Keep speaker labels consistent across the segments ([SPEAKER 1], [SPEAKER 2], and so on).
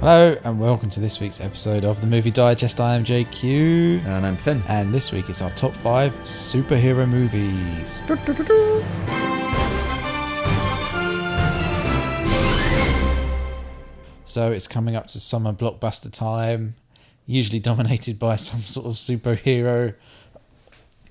[SPEAKER 1] Hello and welcome to this week's episode of the Movie Digest. I am JQ,
[SPEAKER 2] And I'm Finn.
[SPEAKER 1] and this week it's our top five superhero movies. So it's coming up to summer blockbuster time, usually dominated by some sort of superhero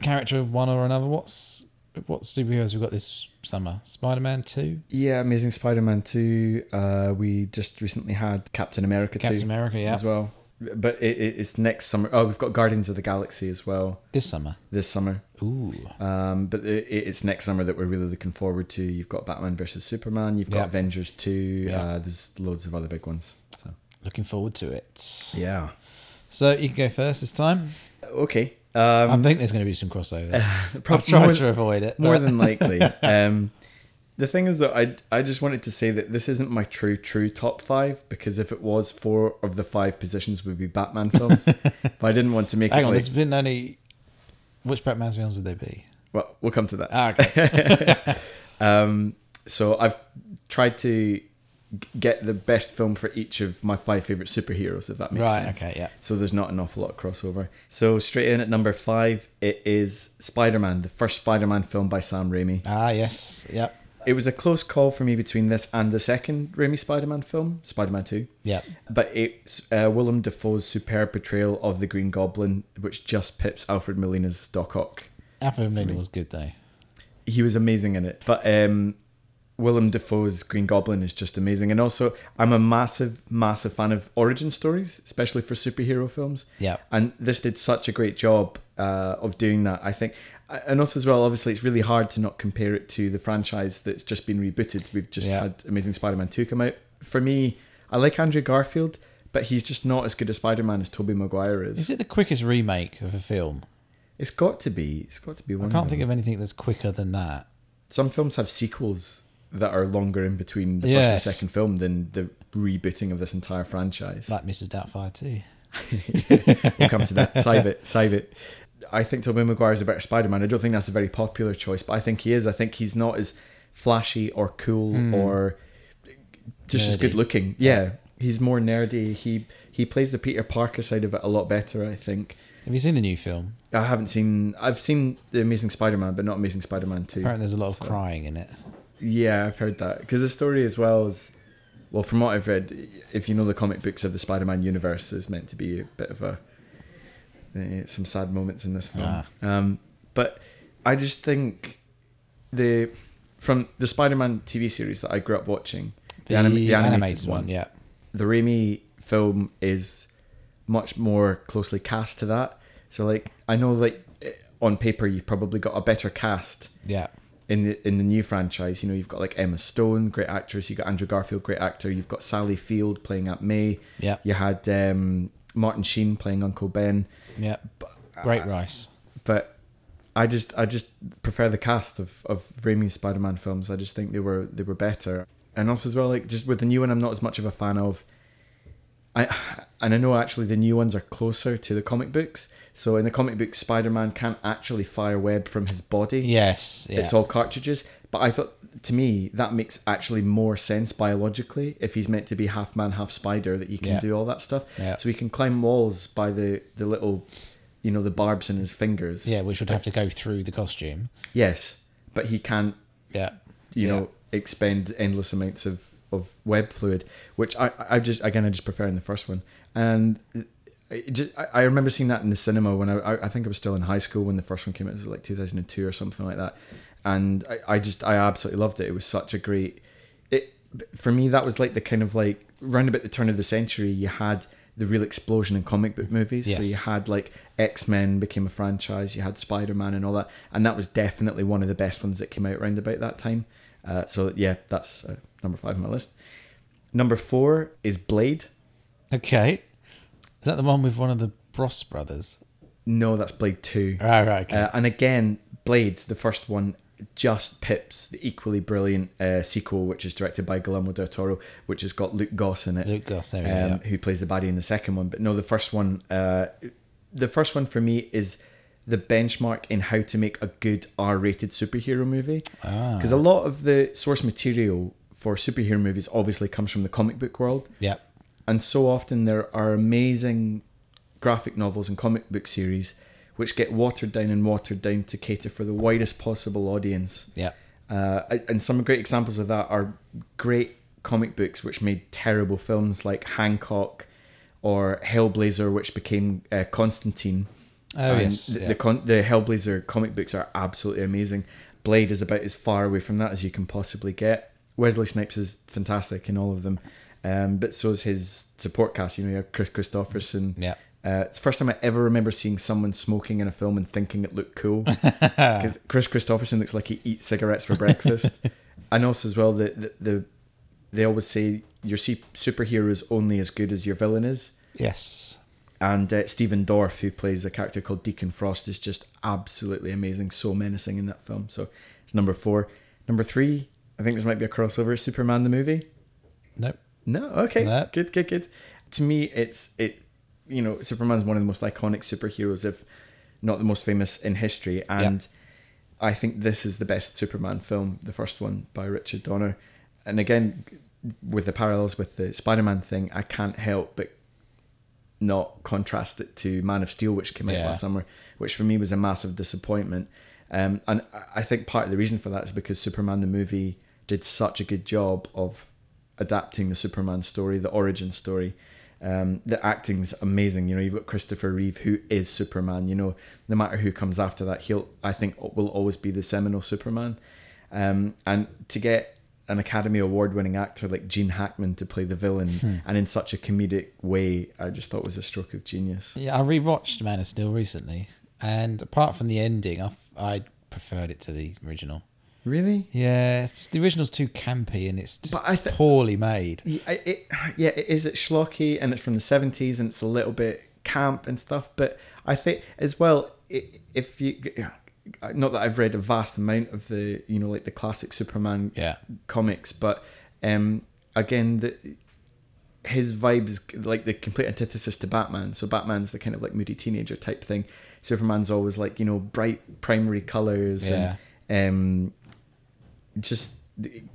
[SPEAKER 1] character, of one or another. What's what superheroes we got this summer? Spider Man Two,
[SPEAKER 2] Yeah, Amazing Spider-Man 2. Uh, we just recently had Captain America 2
[SPEAKER 1] Captain America, yeah,
[SPEAKER 2] as well. But it, it, it's next summer. Oh, we've got Guardians of the Galaxy as well
[SPEAKER 1] this summer.
[SPEAKER 2] this summer.
[SPEAKER 1] Ooh,
[SPEAKER 2] Um, but it, it- it's next summer that we're really looking forward to. You've got Batman versus Superman. You've got
[SPEAKER 1] Yeah.
[SPEAKER 2] Avengers 2.
[SPEAKER 1] Yeah.
[SPEAKER 2] Uh, there's loads of other big ones. So.
[SPEAKER 1] looking forward to it.
[SPEAKER 2] Yeah.
[SPEAKER 1] So you can go first this time.
[SPEAKER 2] Okay. Um,
[SPEAKER 1] I think there's going to be some crossover. I'll
[SPEAKER 2] prob-
[SPEAKER 1] try
[SPEAKER 2] more-
[SPEAKER 1] to avoid it.
[SPEAKER 2] More
[SPEAKER 1] but-
[SPEAKER 2] than likely. um, the thing is that I I just wanted to say that this isn't my true true top five because if it was, four of the five positions would be Batman films. but I didn't want to make
[SPEAKER 1] Hang
[SPEAKER 2] it
[SPEAKER 1] on,
[SPEAKER 2] like,
[SPEAKER 1] there's been only. Which Batman films would they be?
[SPEAKER 2] well, we'll come to that.
[SPEAKER 1] Ah, okay.
[SPEAKER 2] Um, so I've tried to g- get the best film for each of my five favorite superheroes, if that makes
[SPEAKER 1] right,
[SPEAKER 2] sense.
[SPEAKER 1] okay, yeah.
[SPEAKER 2] So there's not an awful lot of crossover. So straight in at number five, it is Spider-Man, the first Spider-Man film by Sam Raimi.
[SPEAKER 1] Ah, yes, yep,
[SPEAKER 2] It was a close call for me between this and the second Raimi Spider-Man film, Spider-Man 2.
[SPEAKER 1] yep.
[SPEAKER 2] But it's uh, Willem Dafoe's superb portrayal of the Green Goblin, which just pips Alfred Molina's Doc Ock.
[SPEAKER 1] Alfred Molina was good though.
[SPEAKER 2] He was amazing in it. But um, Willem Dafoe's Green Goblin is just amazing. And also, I'm a massive, massive fan of origin stories, especially for superhero films.
[SPEAKER 1] Yeah.
[SPEAKER 2] And this did such a great job uh, of doing that, I think. And also, as well, obviously, it's really hard to not compare it to the franchise that's just been rebooted. We've just
[SPEAKER 1] Yeah.
[SPEAKER 2] had Amazing Spider Man 2 come out. For me, I like Andrew Garfield, but he's just not as good a Spider Man as Tobey Maguire is.
[SPEAKER 1] Is it the quickest remake of a film?
[SPEAKER 2] It's got to be. It's got to be one.
[SPEAKER 1] I can't think of anything that's quicker than that.
[SPEAKER 2] Some films have sequels that are longer in between the
[SPEAKER 1] Yes.
[SPEAKER 2] first and second film than the rebooting of this entire franchise.
[SPEAKER 1] Like Mrs. Doubtfire too.
[SPEAKER 2] we'll come to that. Save it. Save it. I think Tobey Maguire is a better Spider-Man. I don't think that's a very popular choice, but I think he is. I think he's not as flashy or cool or just as
[SPEAKER 1] Hmm. Nerdy.
[SPEAKER 2] good looking. Yeah, he's more nerdy. He he plays the Peter Parker side of it a lot better. I think.
[SPEAKER 1] Have you seen the new film?
[SPEAKER 2] I haven't seen. I've seen the Amazing Spider-Man, but not Amazing Spider-Man Two.
[SPEAKER 1] Apparently, there's a lot of
[SPEAKER 2] So-
[SPEAKER 1] crying in it.
[SPEAKER 2] Yeah, I've heard that because the story as well is. Well, from what I've read, if you know the comic books of the Spider-Man universe, there's meant to be a bit of a eh, some sad moments in this film.
[SPEAKER 1] Ah.
[SPEAKER 2] Um, but I just think the from the Spider-Man TV series that I grew up watching, the, anima- the animated, one,
[SPEAKER 1] yeah.
[SPEAKER 2] the Raimi film is much more closely cast to that. So, like, I know like eh, on paper you've probably got a better cast
[SPEAKER 1] Yeah.
[SPEAKER 2] in the in the new franchise, you know, you've got like Emma Stone, great actress. You got Andrew Garfield, great actor. You've got Sally Field playing Aunt May.
[SPEAKER 1] Yeah.
[SPEAKER 2] You had um, Martin Sheen playing Uncle Ben. Uh,
[SPEAKER 1] Yeah.
[SPEAKER 2] Ah.
[SPEAKER 1] Great rice.
[SPEAKER 2] But I just I just prefer the cast of of Raimi's Spider Man films. I just think they were they were better. And also as well, like just with the new one, I'm not as much of a fan of. I and I know actually the new ones are closer to the comic books. So in the comic book, Spider Man can't actually fire web from his body
[SPEAKER 1] Yes. Yeah.
[SPEAKER 2] it's all cartridges. But I thought, to me, that makes actually more sense biologically if he's meant to be half man, half spider, that he can
[SPEAKER 1] Yeah.
[SPEAKER 2] do all that stuff.
[SPEAKER 1] Yeah.
[SPEAKER 2] So he can climb walls by the, the little, you know, the barbs in his fingers.
[SPEAKER 1] yeah, which would have to go through the costume.
[SPEAKER 2] Yes, but he can't,
[SPEAKER 1] Yeah.
[SPEAKER 2] you
[SPEAKER 1] Yeah.
[SPEAKER 2] know, expend endless amounts of, of web fluid, which I, I just, again, I just prefer in the first one. And uh, it just, I I remember seeing that in the cinema when I, I, I think I was still in high school when the first one came out. It was like 2002 or something like that. And I, I just, I absolutely loved it. It was such a great, it, for me, that was like the kind of like, round about the turn of the century, you had the real explosion in comic book movies. So you
[SPEAKER 1] Yes.
[SPEAKER 2] had like X-Men became a franchise, you had Spider-Man and all that. And that was definitely one of the best ones that came out round about that time. Uh, so yeah, that's uh, number five on my list. Number four is Blade.
[SPEAKER 1] Okay. Is that the one with one of the Bros brothers?
[SPEAKER 2] No, that's Blade 2.
[SPEAKER 1] Right, right. Okay.
[SPEAKER 2] Uh, and again, Blade, the first one, just pips the equally brilliant uh, sequel, which is directed by Guillermo del Toro, which has got Luke Goss in it,
[SPEAKER 1] Luke Goss, there we
[SPEAKER 2] um,
[SPEAKER 1] go, yeah.
[SPEAKER 2] who plays the baddie in the second one. But no, the first one, uh, the first one for me is the benchmark in how to make a good R-rated superhero movie.
[SPEAKER 1] Ah.
[SPEAKER 2] Because a lot of the source material for superhero movies obviously comes from the comic book world,
[SPEAKER 1] Yep.
[SPEAKER 2] and so often there are amazing graphic novels and comic book series which get watered down and watered down to cater for the widest possible audience.
[SPEAKER 1] Yep.
[SPEAKER 2] Uh, and some great examples of that are great comic books which made terrible films like Hancock or Hellblazer, which became uh, Constantine.
[SPEAKER 1] Oh,
[SPEAKER 2] And
[SPEAKER 1] yes,
[SPEAKER 2] The,
[SPEAKER 1] yeah.
[SPEAKER 2] the, con- the Hellblazer comic books are absolutely amazing. Blade is about as far away from that as you can possibly get. Wesley Snipes is fantastic in all of them, um, but so is his support cast. You know, you have Chris Christopherson.
[SPEAKER 1] Yep.
[SPEAKER 2] Uh, it's the first time I ever remember seeing someone smoking in a film and thinking it looked cool. Because Chris Christopherson looks like he eats cigarettes for breakfast. and also as well, the, the, the they always say your su- superhero is only as good as your villain is.
[SPEAKER 1] Yes.
[SPEAKER 2] And uh, Stephen Dorff, who plays a character called Deacon Frost, is just absolutely amazing, so menacing in that film. So it's number four. Number three, I think this might be a crossover. Superman the movie.
[SPEAKER 1] Nope.
[SPEAKER 2] No, okay,
[SPEAKER 1] No.
[SPEAKER 2] good, good, good. To me, it's it. You know, Superman's one of the most iconic superheroes, if not the most famous in history, and I think this is the best Superman film, the first one by Richard Donner. And again, with the parallels with the Spider-Man thing, I can't help but not contrast it to Man of Steel, which came out
[SPEAKER 1] Yeah.
[SPEAKER 2] last summer, which for me was a massive disappointment. Um, and I- I think part of the reason for that is because Superman the movie did such a good job of adapting the Superman story, the origin story. Um, the acting's amazing. You know, you've got Christopher Reeve, who is Superman. You know, no matter who comes after that, he'll I think will always be the seminal Superman. Um, and to get an Academy Award winning actor like Gene Hackman to play the villain and in such a comedic way, I just thought was a stroke of genius.
[SPEAKER 1] Yeah, I rewatched Man of Steel recently, and apart from the ending, I th- I preferred it to the original.
[SPEAKER 2] Really?
[SPEAKER 1] Yeah, it's, the original's too campy and it's just
[SPEAKER 2] But I thi-
[SPEAKER 1] poorly made.
[SPEAKER 2] Yeah, I- it, yeah, it is. It's schlocky and it's from the 70s and it's a little bit camp and stuff. But I think as well, i if you. Not that I've read a vast amount of the, you know, like the classic Superman
[SPEAKER 1] Yeah.
[SPEAKER 2] comics, but um, again, the, his vibes like the complete antithesis to Batman. So Batman's the kind of like moody teenager type thing. Superman's always like you know bright primary colors and um, just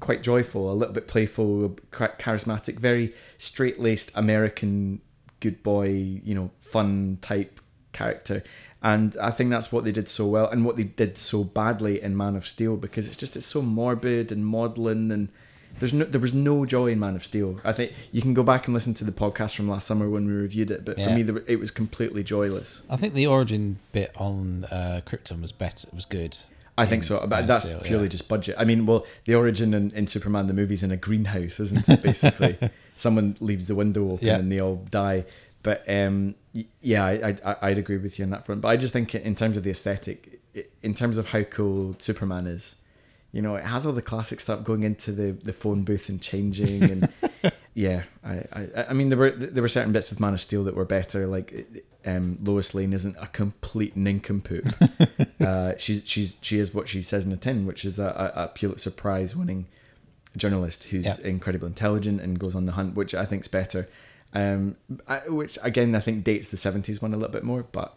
[SPEAKER 2] quite joyful, a little bit playful, quite charismatic, very straight laced American good boy, you know, fun type character. And I think that's what they did so well, and what they did so badly in Man of Steel, because it's just it's so morbid and maudlin, and there's no there was no joy in Man of Steel. I think you can go back and listen to the podcast from last summer when we reviewed it, but for
[SPEAKER 1] Yeah.
[SPEAKER 2] me there, it was completely joyless.
[SPEAKER 1] I think the origin bit on uh, Krypton was better. was good.
[SPEAKER 2] I think so,
[SPEAKER 1] Man
[SPEAKER 2] but
[SPEAKER 1] of
[SPEAKER 2] that's
[SPEAKER 1] Steel,
[SPEAKER 2] purely
[SPEAKER 1] yeah.
[SPEAKER 2] just budget. I mean, well, the origin in, in Superman the movies in a greenhouse, isn't it? Basically, someone leaves the window open
[SPEAKER 1] Yeah.
[SPEAKER 2] and they all die. But um, y- yeah, I, I, I'd agree with you on that front. But I just think in terms of the aesthetic, i- in terms of how cool Superman is, you know, it has all the classic stuff going into the, the phone booth and changing and. Yeah, I, I, I mean, there were there were certain bits with Man of Steel that were better. Like, um, Lois Lane isn't a complete nincompoop. uh, she's she's she is what she says in the tin, which is a, a, a Pulitzer Prize winning journalist who's
[SPEAKER 1] Yeah.
[SPEAKER 2] incredibly intelligent and goes on the hunt, which I think's better. Um, I, which again I think dates the seventies one a little bit more, but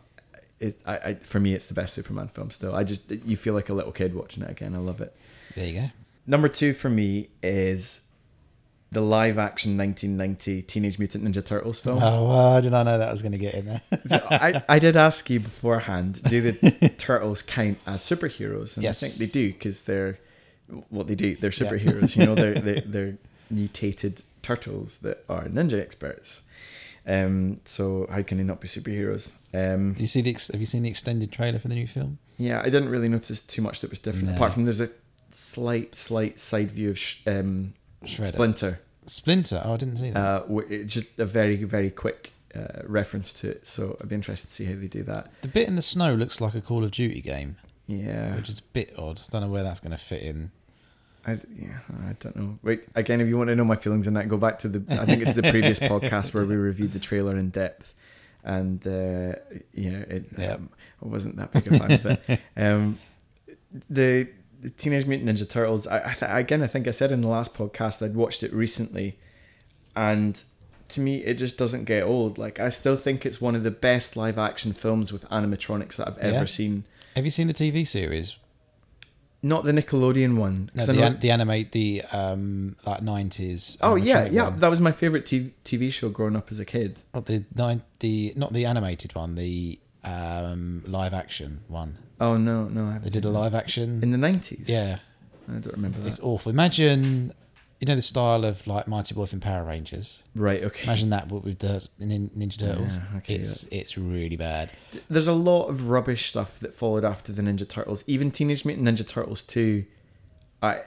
[SPEAKER 2] it, I, I, for me it's the best Superman film still. I just you feel like a little kid watching it again. I love it.
[SPEAKER 1] There you go.
[SPEAKER 2] Number two for me is the live action 1990 Teenage Mutant Ninja Turtles film.
[SPEAKER 1] Oh, well, did I know that was going to get in there?
[SPEAKER 2] So I, I did ask you beforehand do the turtles count as superheroes? And
[SPEAKER 1] Yes.
[SPEAKER 2] I think they do because they're what they do. They're superheroes. You know, they're, they're, they're mutated turtles that are ninja experts. Um, so how can they not be superheroes? Um,
[SPEAKER 1] Do you see the ex- have you seen the extended trailer for the new film?
[SPEAKER 2] yeah, I didn't really notice too much that was different.
[SPEAKER 1] No.
[SPEAKER 2] Apart from there's a slight, slight side view of sh- um,
[SPEAKER 1] Shredder.
[SPEAKER 2] Splinter.
[SPEAKER 1] Splinter. Oh, I didn't see that.
[SPEAKER 2] Uh, wh- it's just a very, very quick uh, reference to it. So I'd be interested to see how they do that.
[SPEAKER 1] the bit in the snow looks like a Call of Duty game,
[SPEAKER 2] Yeah.
[SPEAKER 1] which is a bit odd. Don't know where that's going to fit in.
[SPEAKER 2] I, yeah, I don't know. Wait, again, if you want to know my feelings on that, go back to the. I think it's the previous podcast where we reviewed the trailer in depth, and uh, yeah, it,
[SPEAKER 1] Yeah.
[SPEAKER 2] um, I wasn't that big a fan of it. Um, the, the Teenage Mutant Ninja Turtles. I, I th- again, I think I said in the last podcast I'd watched it recently, and to me it just doesn't get old. Like I still think it's one of the best live action films with animatronics that I've ever
[SPEAKER 1] Yeah.
[SPEAKER 2] seen.
[SPEAKER 1] Have you seen the TV series?
[SPEAKER 2] Not the Nickelodeon one.
[SPEAKER 1] No,
[SPEAKER 2] 'cause
[SPEAKER 1] the,
[SPEAKER 2] I know-
[SPEAKER 1] an- the animate the um like nineties.
[SPEAKER 2] oh yeah, yeah. That was my favorite TV, TV show growing up as a kid.
[SPEAKER 1] Not the nine the not the animated one. The um live action one.
[SPEAKER 2] Oh no, no, I haven't
[SPEAKER 1] They did a
[SPEAKER 2] seen
[SPEAKER 1] live
[SPEAKER 2] that.
[SPEAKER 1] action.
[SPEAKER 2] in the nineties.
[SPEAKER 1] Yeah,
[SPEAKER 2] I don't remember that.
[SPEAKER 1] it's awful. Imagine you know the style of like Mighty Boy from Power Rangers.
[SPEAKER 2] right. Okay.
[SPEAKER 1] Imagine that but with the nin- Ninja Turtles.
[SPEAKER 2] Yeah, okay,
[SPEAKER 1] it's it's really bad.
[SPEAKER 2] D- There's a lot of rubbish stuff that followed after the Ninja Turtles. Even Teenage Mutant Ninja Turtles two. I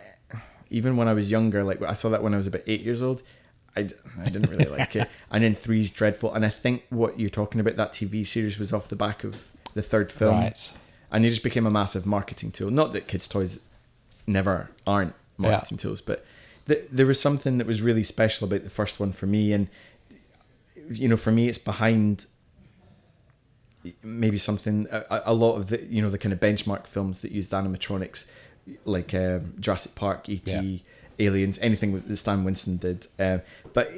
[SPEAKER 2] even when I was younger, like I saw that when I was about eight years old. I, d- I didn't really like it. And then three's dreadful. And I think what you're talking about that TV series was off the back of the third film.
[SPEAKER 1] Right.
[SPEAKER 2] and they just became a massive marketing tool. Not that kids' toys never aren't marketing tools, but th- there was something that was really special about the first one for me, and you know, for me, it's behind maybe something a, a lot of the you know the kind of benchmark films that used animatronics, like um, Jurassic Park, ET,
[SPEAKER 1] Yeah.
[SPEAKER 2] Aliens, anything that Stan Winston did, uh, but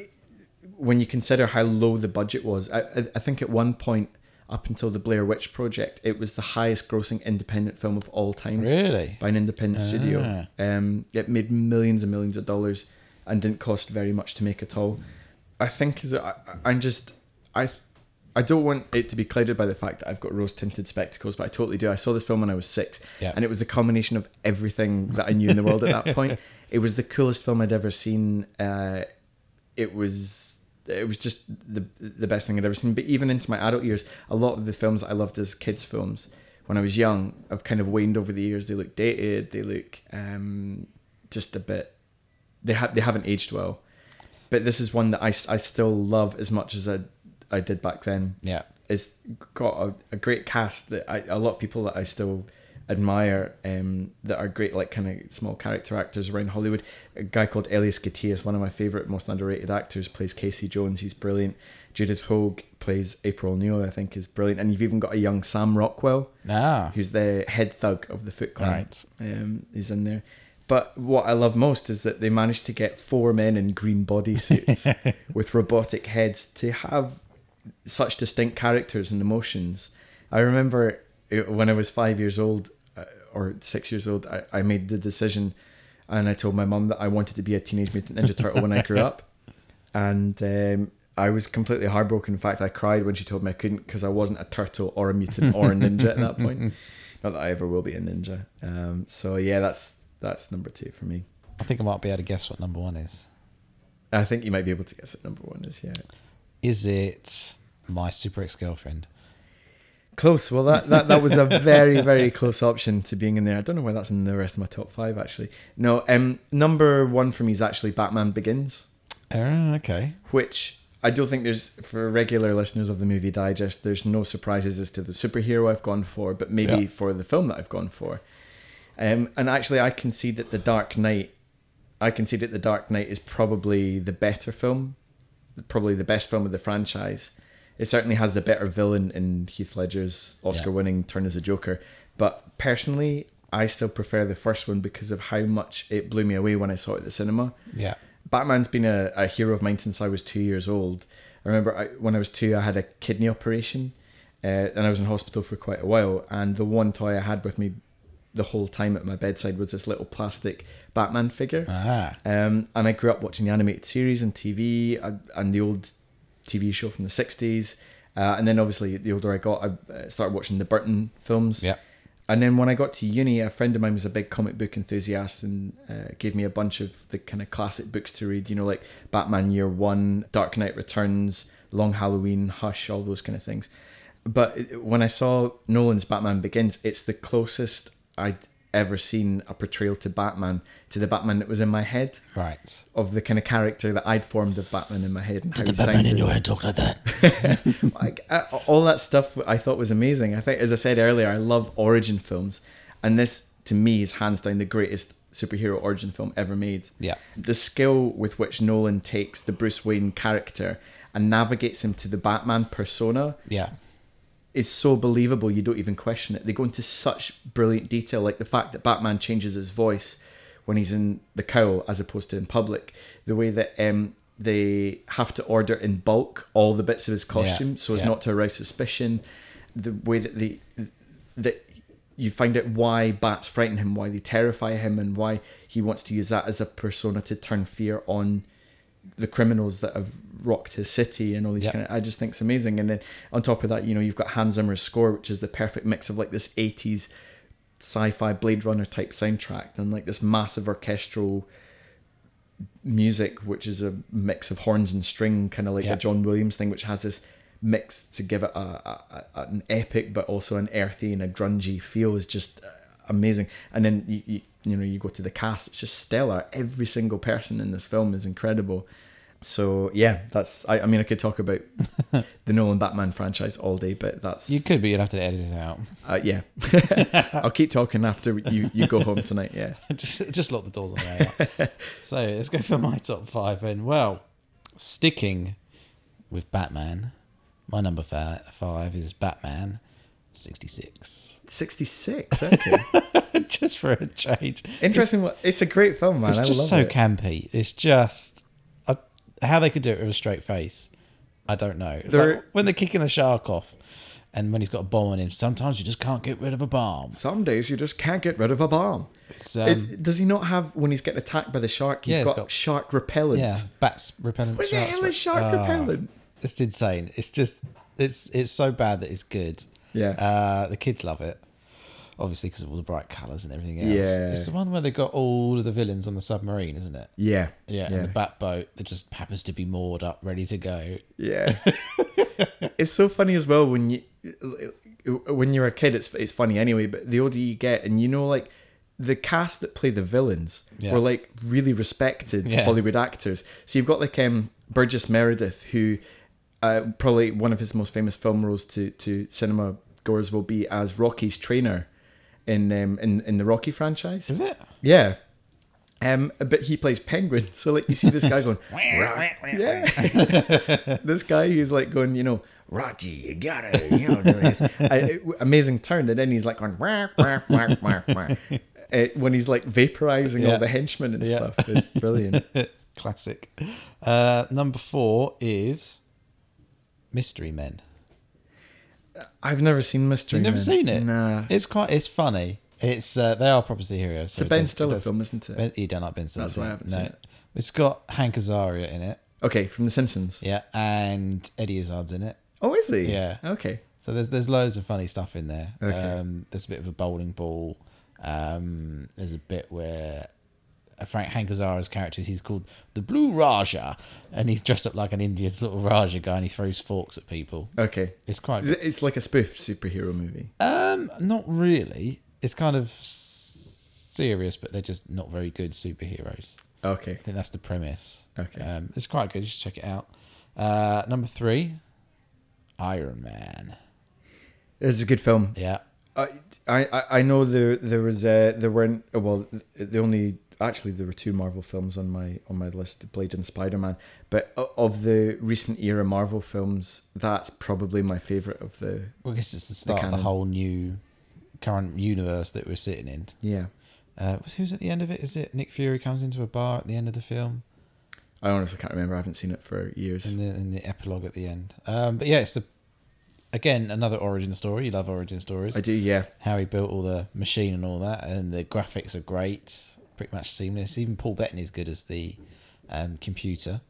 [SPEAKER 2] when you consider how low the budget was, I, I- I think at one point, up until the Blair Witch Project, it was the highest grossing independent film of all time
[SPEAKER 1] Really.
[SPEAKER 2] by an independent studio. Um, it made millions and millions of dollars and didn't cost very much to make at all. I think is I, I- I'm just I I don't want it to be clouded by the fact that I've got rose tinted spectacles, but I totally do. I saw this film when I was six,
[SPEAKER 1] Yeah.
[SPEAKER 2] and it was the combination of everything that I knew in the world at that point. It was the coolest film I'd ever seen. Uh, it was it was just the the best thing I'd ever seen. But even into my adult years, a lot of the films I loved as kids' films when I was young, I've kind of waned over the years. They look dated. They look um, just a bit. They have they haven't aged well. But this is one that I, s- I still love as much as I I did back then.
[SPEAKER 1] Yeah.
[SPEAKER 2] It's got a, a great cast that I, a lot of people that I still admire um, that are great like kind of small character actors around Hollywood. A guy called Elias Gatti is one of my favorite, most underrated actors. Plays Casey Jones. He's brilliant. Judith Hogue plays April O'Neil. I think is brilliant. And you've even got a young Sam Rockwell
[SPEAKER 1] Ah.
[SPEAKER 2] who's the head thug of the Foot Clan.
[SPEAKER 1] Right.
[SPEAKER 2] Um, is in there. But what I love most is that they managed to get four men in green bodysuits with robotic heads to have such distinct characters and emotions. I remember it- when I was five years old uh, or six years old, I, I made the decision and I told my mum that I wanted to be a Teenage Mutant Ninja Turtle when I grew up. And um, I was completely heartbroken. In fact, I cried when she told me I couldn't because I wasn't a turtle or a mutant or a ninja at that point. Not that I ever will be a ninja. Um, so yeah, that's that's number two for me.
[SPEAKER 1] I think I might be able to guess what number one is.
[SPEAKER 2] I think you might be able to guess what number one is. Yeah,
[SPEAKER 1] Is it my super ex girlfriend?
[SPEAKER 2] close. Well, that, that that was a very very close option to being in there. I don't know why that's in the rest of my top five actually. No, um, number one for me is actually Batman Begins. Uh,
[SPEAKER 1] Oh, okay.
[SPEAKER 2] which I don't think there's for regular listeners of the movie digest. There's no surprises as to the superhero I've gone for, but maybe
[SPEAKER 1] Yeah.
[SPEAKER 2] for the film that I've gone for. Um, and actually, I concede that the Dark Knight, I concede that the Dark Knight is probably the better film, probably the best film of the franchise. It certainly has the better villain in Heath Ledger's Oscar-winning turn as a Joker. But personally, I still prefer the first one because of how much it blew me away when I saw it at the cinema.
[SPEAKER 1] Yeah.
[SPEAKER 2] Batman's been a, a hero of mine since I was two years old. I remember I, when I was two, I had a kidney operation uh, and I was in hospital for quite a while. And the one toy I had with me the whole time at my bedside was this little plastic Batman figure.
[SPEAKER 1] Ah.
[SPEAKER 2] Um, and I grew up watching the animated series and TV and- and the old TV show from the 60s. Uh, and then obviously, the older I got, I uh, started watching the Burton films.
[SPEAKER 1] Yeah.
[SPEAKER 2] And then when I got to uni, a friend of mine was a big comic book enthusiast and uh, gave me a bunch of the kind of classic books to read, you know, like Batman Year One, Dark Knight Returns, Long Halloween, Hush, all those kind of things. But it- when I saw Nolan's Batman Begins, it's the closest I'd ever seen a portrayal to Batman, to the Batman that was in my head,
[SPEAKER 1] Right.
[SPEAKER 2] of the kind of character that I'd formed of Batman in my head and how he sounded.
[SPEAKER 1] head talk like that.
[SPEAKER 2] like I, all that stuff I thought was amazing. I think, as I said earlier, I love origin films, and this to me is hands down the greatest superhero origin film ever made.
[SPEAKER 1] Yeah.
[SPEAKER 2] the skill with which Nolan takes the Bruce Wayne character and navigates him to the Batman persona
[SPEAKER 1] Yeah.
[SPEAKER 2] is so believable you don't even question it. They go into such brilliant detail, like the fact that Batman changes his voice when he's in the cowl as opposed to in public. The way that um, they have to order in bulk all the bits of his costume so as
[SPEAKER 1] yeah.
[SPEAKER 2] not to arouse suspicion. The way that they that you find out why bats frighten him, why they terrify him, and why he wants to use that as a persona to turn fear on the criminals that have rocked his city and all these
[SPEAKER 1] Yeah.
[SPEAKER 2] kind of. I just think it's amazing. And then on top of that, you know, you've got Hans Zimmer's score, which is the perfect mix of like this '80s sci-fi Blade Runner type soundtrack and like this massive orchestral music, which is a mix of horns and string, kind of like
[SPEAKER 1] Yeah.
[SPEAKER 2] a John Williams thing, which has this mix to give it a, a, a- an epic but also an earthy and a grungy feel is just uh, amazing. And then you, you you know you go to the cast; it's just stellar. Every single person in this film is incredible. So yeah, that's I, I mean I could talk about the Nolan Batman franchise all day, but that's
[SPEAKER 1] You could, but you'd have to edit it out.
[SPEAKER 2] uh, yeah. I'll keep talking after you, you go home tonight. Yeah.
[SPEAKER 1] just, just lock the doors on that. so let's go for my top five then. Well, sticking with Batman, my number fi- five is Batman 66.
[SPEAKER 2] 66. Okay.
[SPEAKER 1] just for a change.
[SPEAKER 2] Interesting. It's, it's a great film, man.
[SPEAKER 1] It's
[SPEAKER 2] I
[SPEAKER 1] just
[SPEAKER 2] love
[SPEAKER 1] so
[SPEAKER 2] it.
[SPEAKER 1] campy. It's just I, how they could do it with a straight face. I don't know. It's
[SPEAKER 2] There-
[SPEAKER 1] like when they're kicking the shark off, and when he's got a bomb on him, sometimes you just can't get rid of a bomb.
[SPEAKER 2] Some days you just can't get rid of a bomb.
[SPEAKER 1] It's, um,
[SPEAKER 2] it, does he not have, when he's getting attacked by the shark,
[SPEAKER 1] Yeah,
[SPEAKER 2] he's
[SPEAKER 1] he's
[SPEAKER 2] got,
[SPEAKER 1] got-
[SPEAKER 2] shark repellent?
[SPEAKER 1] yeah, bats repellent.
[SPEAKER 2] What the
[SPEAKER 1] sharks,
[SPEAKER 2] hell is
[SPEAKER 1] but-
[SPEAKER 2] shark
[SPEAKER 1] Ah,
[SPEAKER 2] repellent?
[SPEAKER 1] It's insane. It's just it's it's so bad that it's good.
[SPEAKER 2] Yeah.
[SPEAKER 1] Uh, the kids love it, obviously because of all the bright colours and everything else.
[SPEAKER 2] Yeah.
[SPEAKER 1] It's the one where they got all of the villains on the submarine, isn't it?
[SPEAKER 2] yeah.
[SPEAKER 1] Yeah, and the bat boat that just happens to be moored up, ready to go.
[SPEAKER 2] Yeah. it's so funny as well when you when you're a kid it's it's funny anyway, but the older you get and you know like the cast that play the villains
[SPEAKER 1] Yeah.
[SPEAKER 2] were like really respected
[SPEAKER 1] Yeah.
[SPEAKER 2] Hollywood actors. So you've got like um Burgess Meredith who uh, probably one of his most famous film roles to to cinema goers will be as Rocky's trainer in um, in in the Rocky franchise.
[SPEAKER 1] Is it?
[SPEAKER 2] Yeah. Um, but he plays Penguin, so like you see this guy going, "Rah." yeah. this guy who's like going, you know, Rocky, you gotta, you know, do this. I, amazing turn, and then he's like going, "Wah, wah, wah, wah, wah." Uh, when he's like vaporizing
[SPEAKER 1] Yeah.
[SPEAKER 2] all the henchmen and
[SPEAKER 1] Yeah.
[SPEAKER 2] stuff. It's brilliant.
[SPEAKER 1] Classic. Uh, number four is Mystery Men.
[SPEAKER 2] I've never seen Mystery.
[SPEAKER 1] You've never
[SPEAKER 2] Men.
[SPEAKER 1] seen it?
[SPEAKER 2] Nah.
[SPEAKER 1] It's quite. It's funny. It's uh, they are proper superheroes.
[SPEAKER 2] Ah. It's a Ben Stiller film, isn't it?
[SPEAKER 1] Ben, you don't like Ben Stiller.
[SPEAKER 2] That's
[SPEAKER 1] do
[SPEAKER 2] why I
[SPEAKER 1] you?
[SPEAKER 2] haven't
[SPEAKER 1] no.
[SPEAKER 2] seen it.
[SPEAKER 1] It's got Hank Azaria in it.
[SPEAKER 2] Okay, from The Simpsons.
[SPEAKER 1] Yeah, and Eddie Izzard's in it.
[SPEAKER 2] Oh, is he?
[SPEAKER 1] Yeah.
[SPEAKER 2] Okay.
[SPEAKER 1] So there's there's loads of funny stuff in there.
[SPEAKER 2] Okay.
[SPEAKER 1] Um, there's a bit of a bowling ball. Um, there's a bit where uh, Frank Hank Azara's character he's called the Blue Raja, and he's dressed up like an Indian sort of Raja guy, and he throws forks at people.
[SPEAKER 2] Okay.
[SPEAKER 1] It's quite
[SPEAKER 2] It's like a spoof superhero movie.
[SPEAKER 1] um not really. It's kind of s- serious, but they're just not very good superheroes.
[SPEAKER 2] Okay.
[SPEAKER 1] I think that's the premise.
[SPEAKER 2] Okay.
[SPEAKER 1] Um, it's quite good. You should check it out. Uh, number three, Iron Man.
[SPEAKER 2] It's a good film.
[SPEAKER 1] Yeah.
[SPEAKER 2] I I I know there there was uh there weren't uh, well the only actually there were two Marvel films on my on my list Blade and Spider Man but o- of the recent era Marvel films that's probably my favorite of the
[SPEAKER 1] Well, because it's the start of the
[SPEAKER 2] canon.
[SPEAKER 1] whole new current universe that we're sitting in.
[SPEAKER 2] yeah
[SPEAKER 1] Uh, was- who's at the end of it? Is it Nick Fury comes into a bar at the end of the film
[SPEAKER 2] I honestly can't remember I haven't seen it for years
[SPEAKER 1] in the in the epilogue at the end? Um, but yeah, it's the again another origin story. You love origin stories.
[SPEAKER 2] I do yeah
[SPEAKER 1] How he built all the machine and all that, and the graphics are great, pretty much seamless. Even Paul Bettany's good as the um, computer.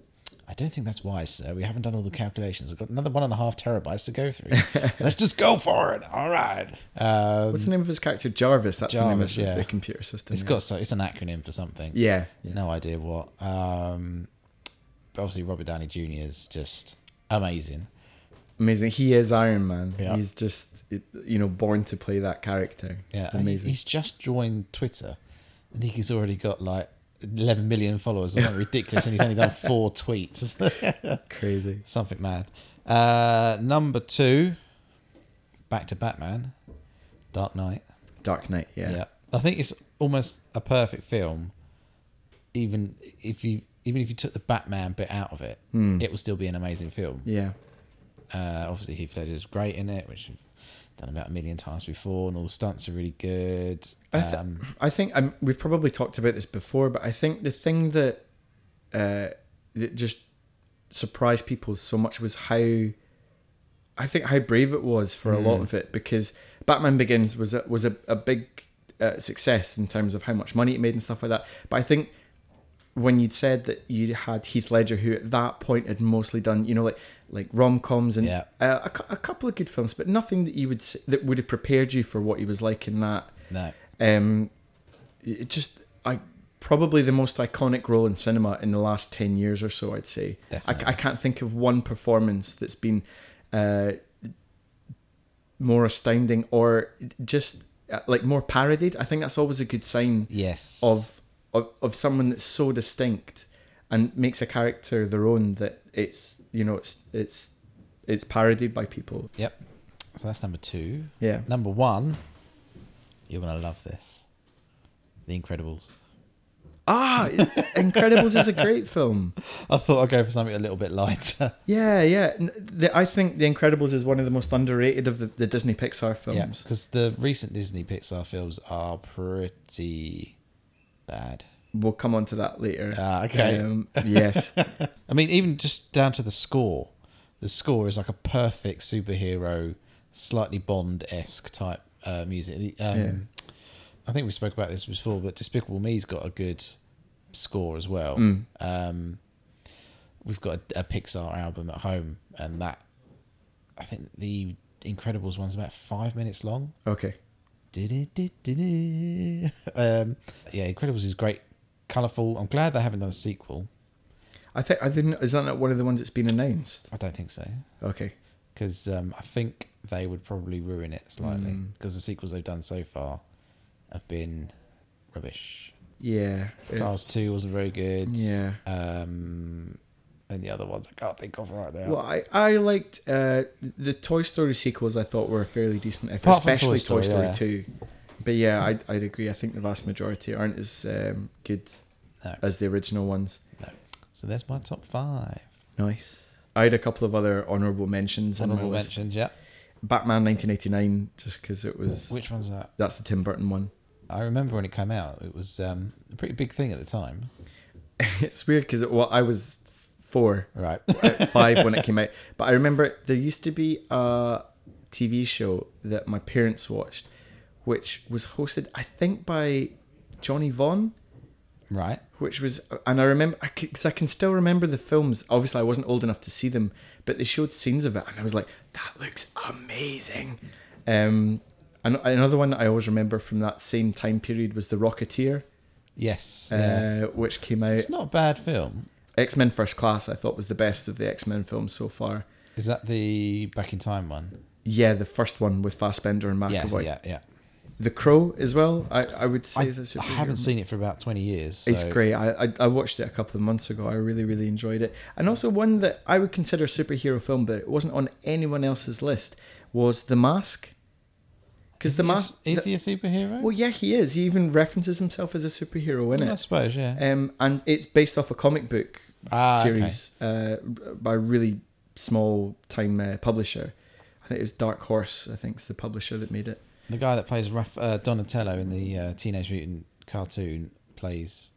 [SPEAKER 1] I don't think that's wise, sir. We haven't done all the calculations. I've got another one and a half terabytes to go through. Let's just go for it. All right. Um,
[SPEAKER 2] what's the name of his character Jarvis that's the name of
[SPEAKER 1] Jarvis,
[SPEAKER 2] the-
[SPEAKER 1] yeah.
[SPEAKER 2] the computer system
[SPEAKER 1] It's
[SPEAKER 2] yeah.
[SPEAKER 1] got so it's an acronym for something.
[SPEAKER 2] yeah, yeah.
[SPEAKER 1] No idea what. Um, but obviously, Robert Downey Jr. is just amazing.
[SPEAKER 2] amazing he is Iron Man
[SPEAKER 1] Yeah.
[SPEAKER 2] he's just you know born to play that character
[SPEAKER 1] Yeah, and he-
[SPEAKER 2] amazing
[SPEAKER 1] he's just joined Twitter. I think he's already got like 11 million followers or something ridiculous, and he's only done four tweets.
[SPEAKER 2] crazy
[SPEAKER 1] something mad. Uh, number two, back to Batman, Dark Knight.
[SPEAKER 2] Dark Knight yeah
[SPEAKER 1] Yeah. I think it's almost a perfect film. Even if you even if you took the Batman bit out of it,
[SPEAKER 2] Mm.
[SPEAKER 1] it would still be an amazing film.
[SPEAKER 2] Hmm, yeah
[SPEAKER 1] Uh, obviously, Heath Ledger's great in it, which I've done about a million times before, and all the stunts are really good.
[SPEAKER 2] I, th-
[SPEAKER 1] Um,
[SPEAKER 2] I think um, we've probably talked about this before, but I think the thing that, uh, that just surprised people so much was how I think how brave it was for a lot
[SPEAKER 1] Mm.
[SPEAKER 2] of it because Batman Begins was a, was a, a big uh, success in terms of how much money it made and stuff like that. But I think when you'd said that you had Heath Ledger, who at that point had mostly done, you know, like like rom coms and
[SPEAKER 1] Yeah.
[SPEAKER 2] uh, a, cou- a couple of good films, but nothing that you would s that would have prepared you for what he was like in that.
[SPEAKER 1] No.
[SPEAKER 2] Um, it just I probably the most iconic role in cinema in the last ten years or so. I'd say I,
[SPEAKER 1] Definitely.
[SPEAKER 2] I can't think of one performance that's been uh, more astounding or just uh, like more parodied. I think that's always a good sign
[SPEAKER 1] Yes.
[SPEAKER 2] of of, of someone that's so distinct and makes a character their own that it's you know it's it's it's parodied by people.
[SPEAKER 1] So that's number two.
[SPEAKER 2] Yeah.
[SPEAKER 1] Number one. You're gonna love this. The Incredibles.
[SPEAKER 2] Ah, Incredibles is a great film.
[SPEAKER 1] I thought I'd go for something a little bit lighter.
[SPEAKER 2] Yeah, yeah. N- The, I think The Incredibles is one of the most underrated of the, the Disney Pixar films.
[SPEAKER 1] because the recent Disney Pixar films are pretty bad.
[SPEAKER 2] We'll come on to that later.
[SPEAKER 1] Ah, okay.
[SPEAKER 2] Um, yes.
[SPEAKER 1] I mean, even just down to the score. The score is like a perfect superhero, slightly Bond esque type uh, music. The, Um, I think we spoke about this before, but Despicable Me's got a good score as well.
[SPEAKER 2] Mm.
[SPEAKER 1] Um, we've got a, a Pixar album at home, and that I think the Incredibles one's about five minutes long.
[SPEAKER 2] Okay.
[SPEAKER 1] Du-du-du-du-du. Um, yeah, Incredibles is great, colourful. I'm glad they haven't done a sequel.
[SPEAKER 2] I think I didn't. Is that not one of the ones that's been announced?
[SPEAKER 1] I don't think so
[SPEAKER 2] Okay.
[SPEAKER 1] because um, I think they would probably ruin it slightly
[SPEAKER 2] Mm.
[SPEAKER 1] because the sequels they've done so far have been rubbish.
[SPEAKER 2] Yeah. Uh,
[SPEAKER 1] Cars Two wasn't very good.
[SPEAKER 2] Yeah.
[SPEAKER 1] Um, and the other ones I can't think of right now.
[SPEAKER 2] Well, I, I liked uh, the Toy Story sequels. I thought were fairly decent, if-
[SPEAKER 1] Apart from
[SPEAKER 2] especially
[SPEAKER 1] Toy
[SPEAKER 2] Toy Story,
[SPEAKER 1] Story,
[SPEAKER 2] Two. But yeah, I'd, I'd agree. I think the vast majority aren't as um, good
[SPEAKER 1] No.
[SPEAKER 2] as the original ones.
[SPEAKER 1] So there's my top five.
[SPEAKER 2] Nice. I had a couple of other honourable mentions
[SPEAKER 1] Honorable
[SPEAKER 2] in my list.
[SPEAKER 1] mentions. Yeah.
[SPEAKER 2] Batman 1989, just because it was.
[SPEAKER 1] Which one's that?
[SPEAKER 2] That's the Tim Burton one.
[SPEAKER 1] I remember when it came out. It was um, a pretty big thing at the time.
[SPEAKER 2] it's weird because well, I was four,
[SPEAKER 1] Right.
[SPEAKER 2] uh, five when it came out, but I remember there used to be a TV show that my parents watched, which was hosted, I think, by Johnny Vaughan.
[SPEAKER 1] right.
[SPEAKER 2] Which was, and I remember, I c- 'cause I can still remember the films. Obviously, I wasn't old enough to see them, but they showed scenes of it, and I was like, "That looks amazing." Um, and another one that I always remember from that same time period was The Rocketeer,
[SPEAKER 1] Yes.
[SPEAKER 2] uh,
[SPEAKER 1] yeah.
[SPEAKER 2] which came out.
[SPEAKER 1] It's not a bad film.
[SPEAKER 2] X Men First Class, I thought was the best of the X Men films so far.
[SPEAKER 1] Is that the Back in Time one?
[SPEAKER 2] Yeah, the first one with Fassbender and
[SPEAKER 1] yeah,
[SPEAKER 2] McAvoy.
[SPEAKER 1] yeah, yeah.
[SPEAKER 2] The Crow as well. I, I would say
[SPEAKER 1] I,
[SPEAKER 2] is a
[SPEAKER 1] I
[SPEAKER 2] superhero
[SPEAKER 1] haven't
[SPEAKER 2] movie.
[SPEAKER 1] seen it for about 20 years.
[SPEAKER 2] It's
[SPEAKER 1] so-
[SPEAKER 2] great. I, I I watched it a couple of months ago. I really really enjoyed it. And also one that I would consider a superhero film, but it wasn't on anyone else's list was The Mask. Because
[SPEAKER 1] Is
[SPEAKER 2] the
[SPEAKER 1] he a s-
[SPEAKER 2] mask.
[SPEAKER 1] Is he a superhero?
[SPEAKER 2] well, yeah, he is. He even references himself as a superhero in
[SPEAKER 1] I
[SPEAKER 2] it.
[SPEAKER 1] suppose, yeah.
[SPEAKER 2] Um, and it's based off a comic book
[SPEAKER 1] Ah, okay.
[SPEAKER 2] series uh, by a really small time uh, publisher. I think it was Dark Horse. I think is the publisher that made it.
[SPEAKER 1] The guy that plays Raf- uh, Donatello in the uh, Teenage Mutant cartoon plays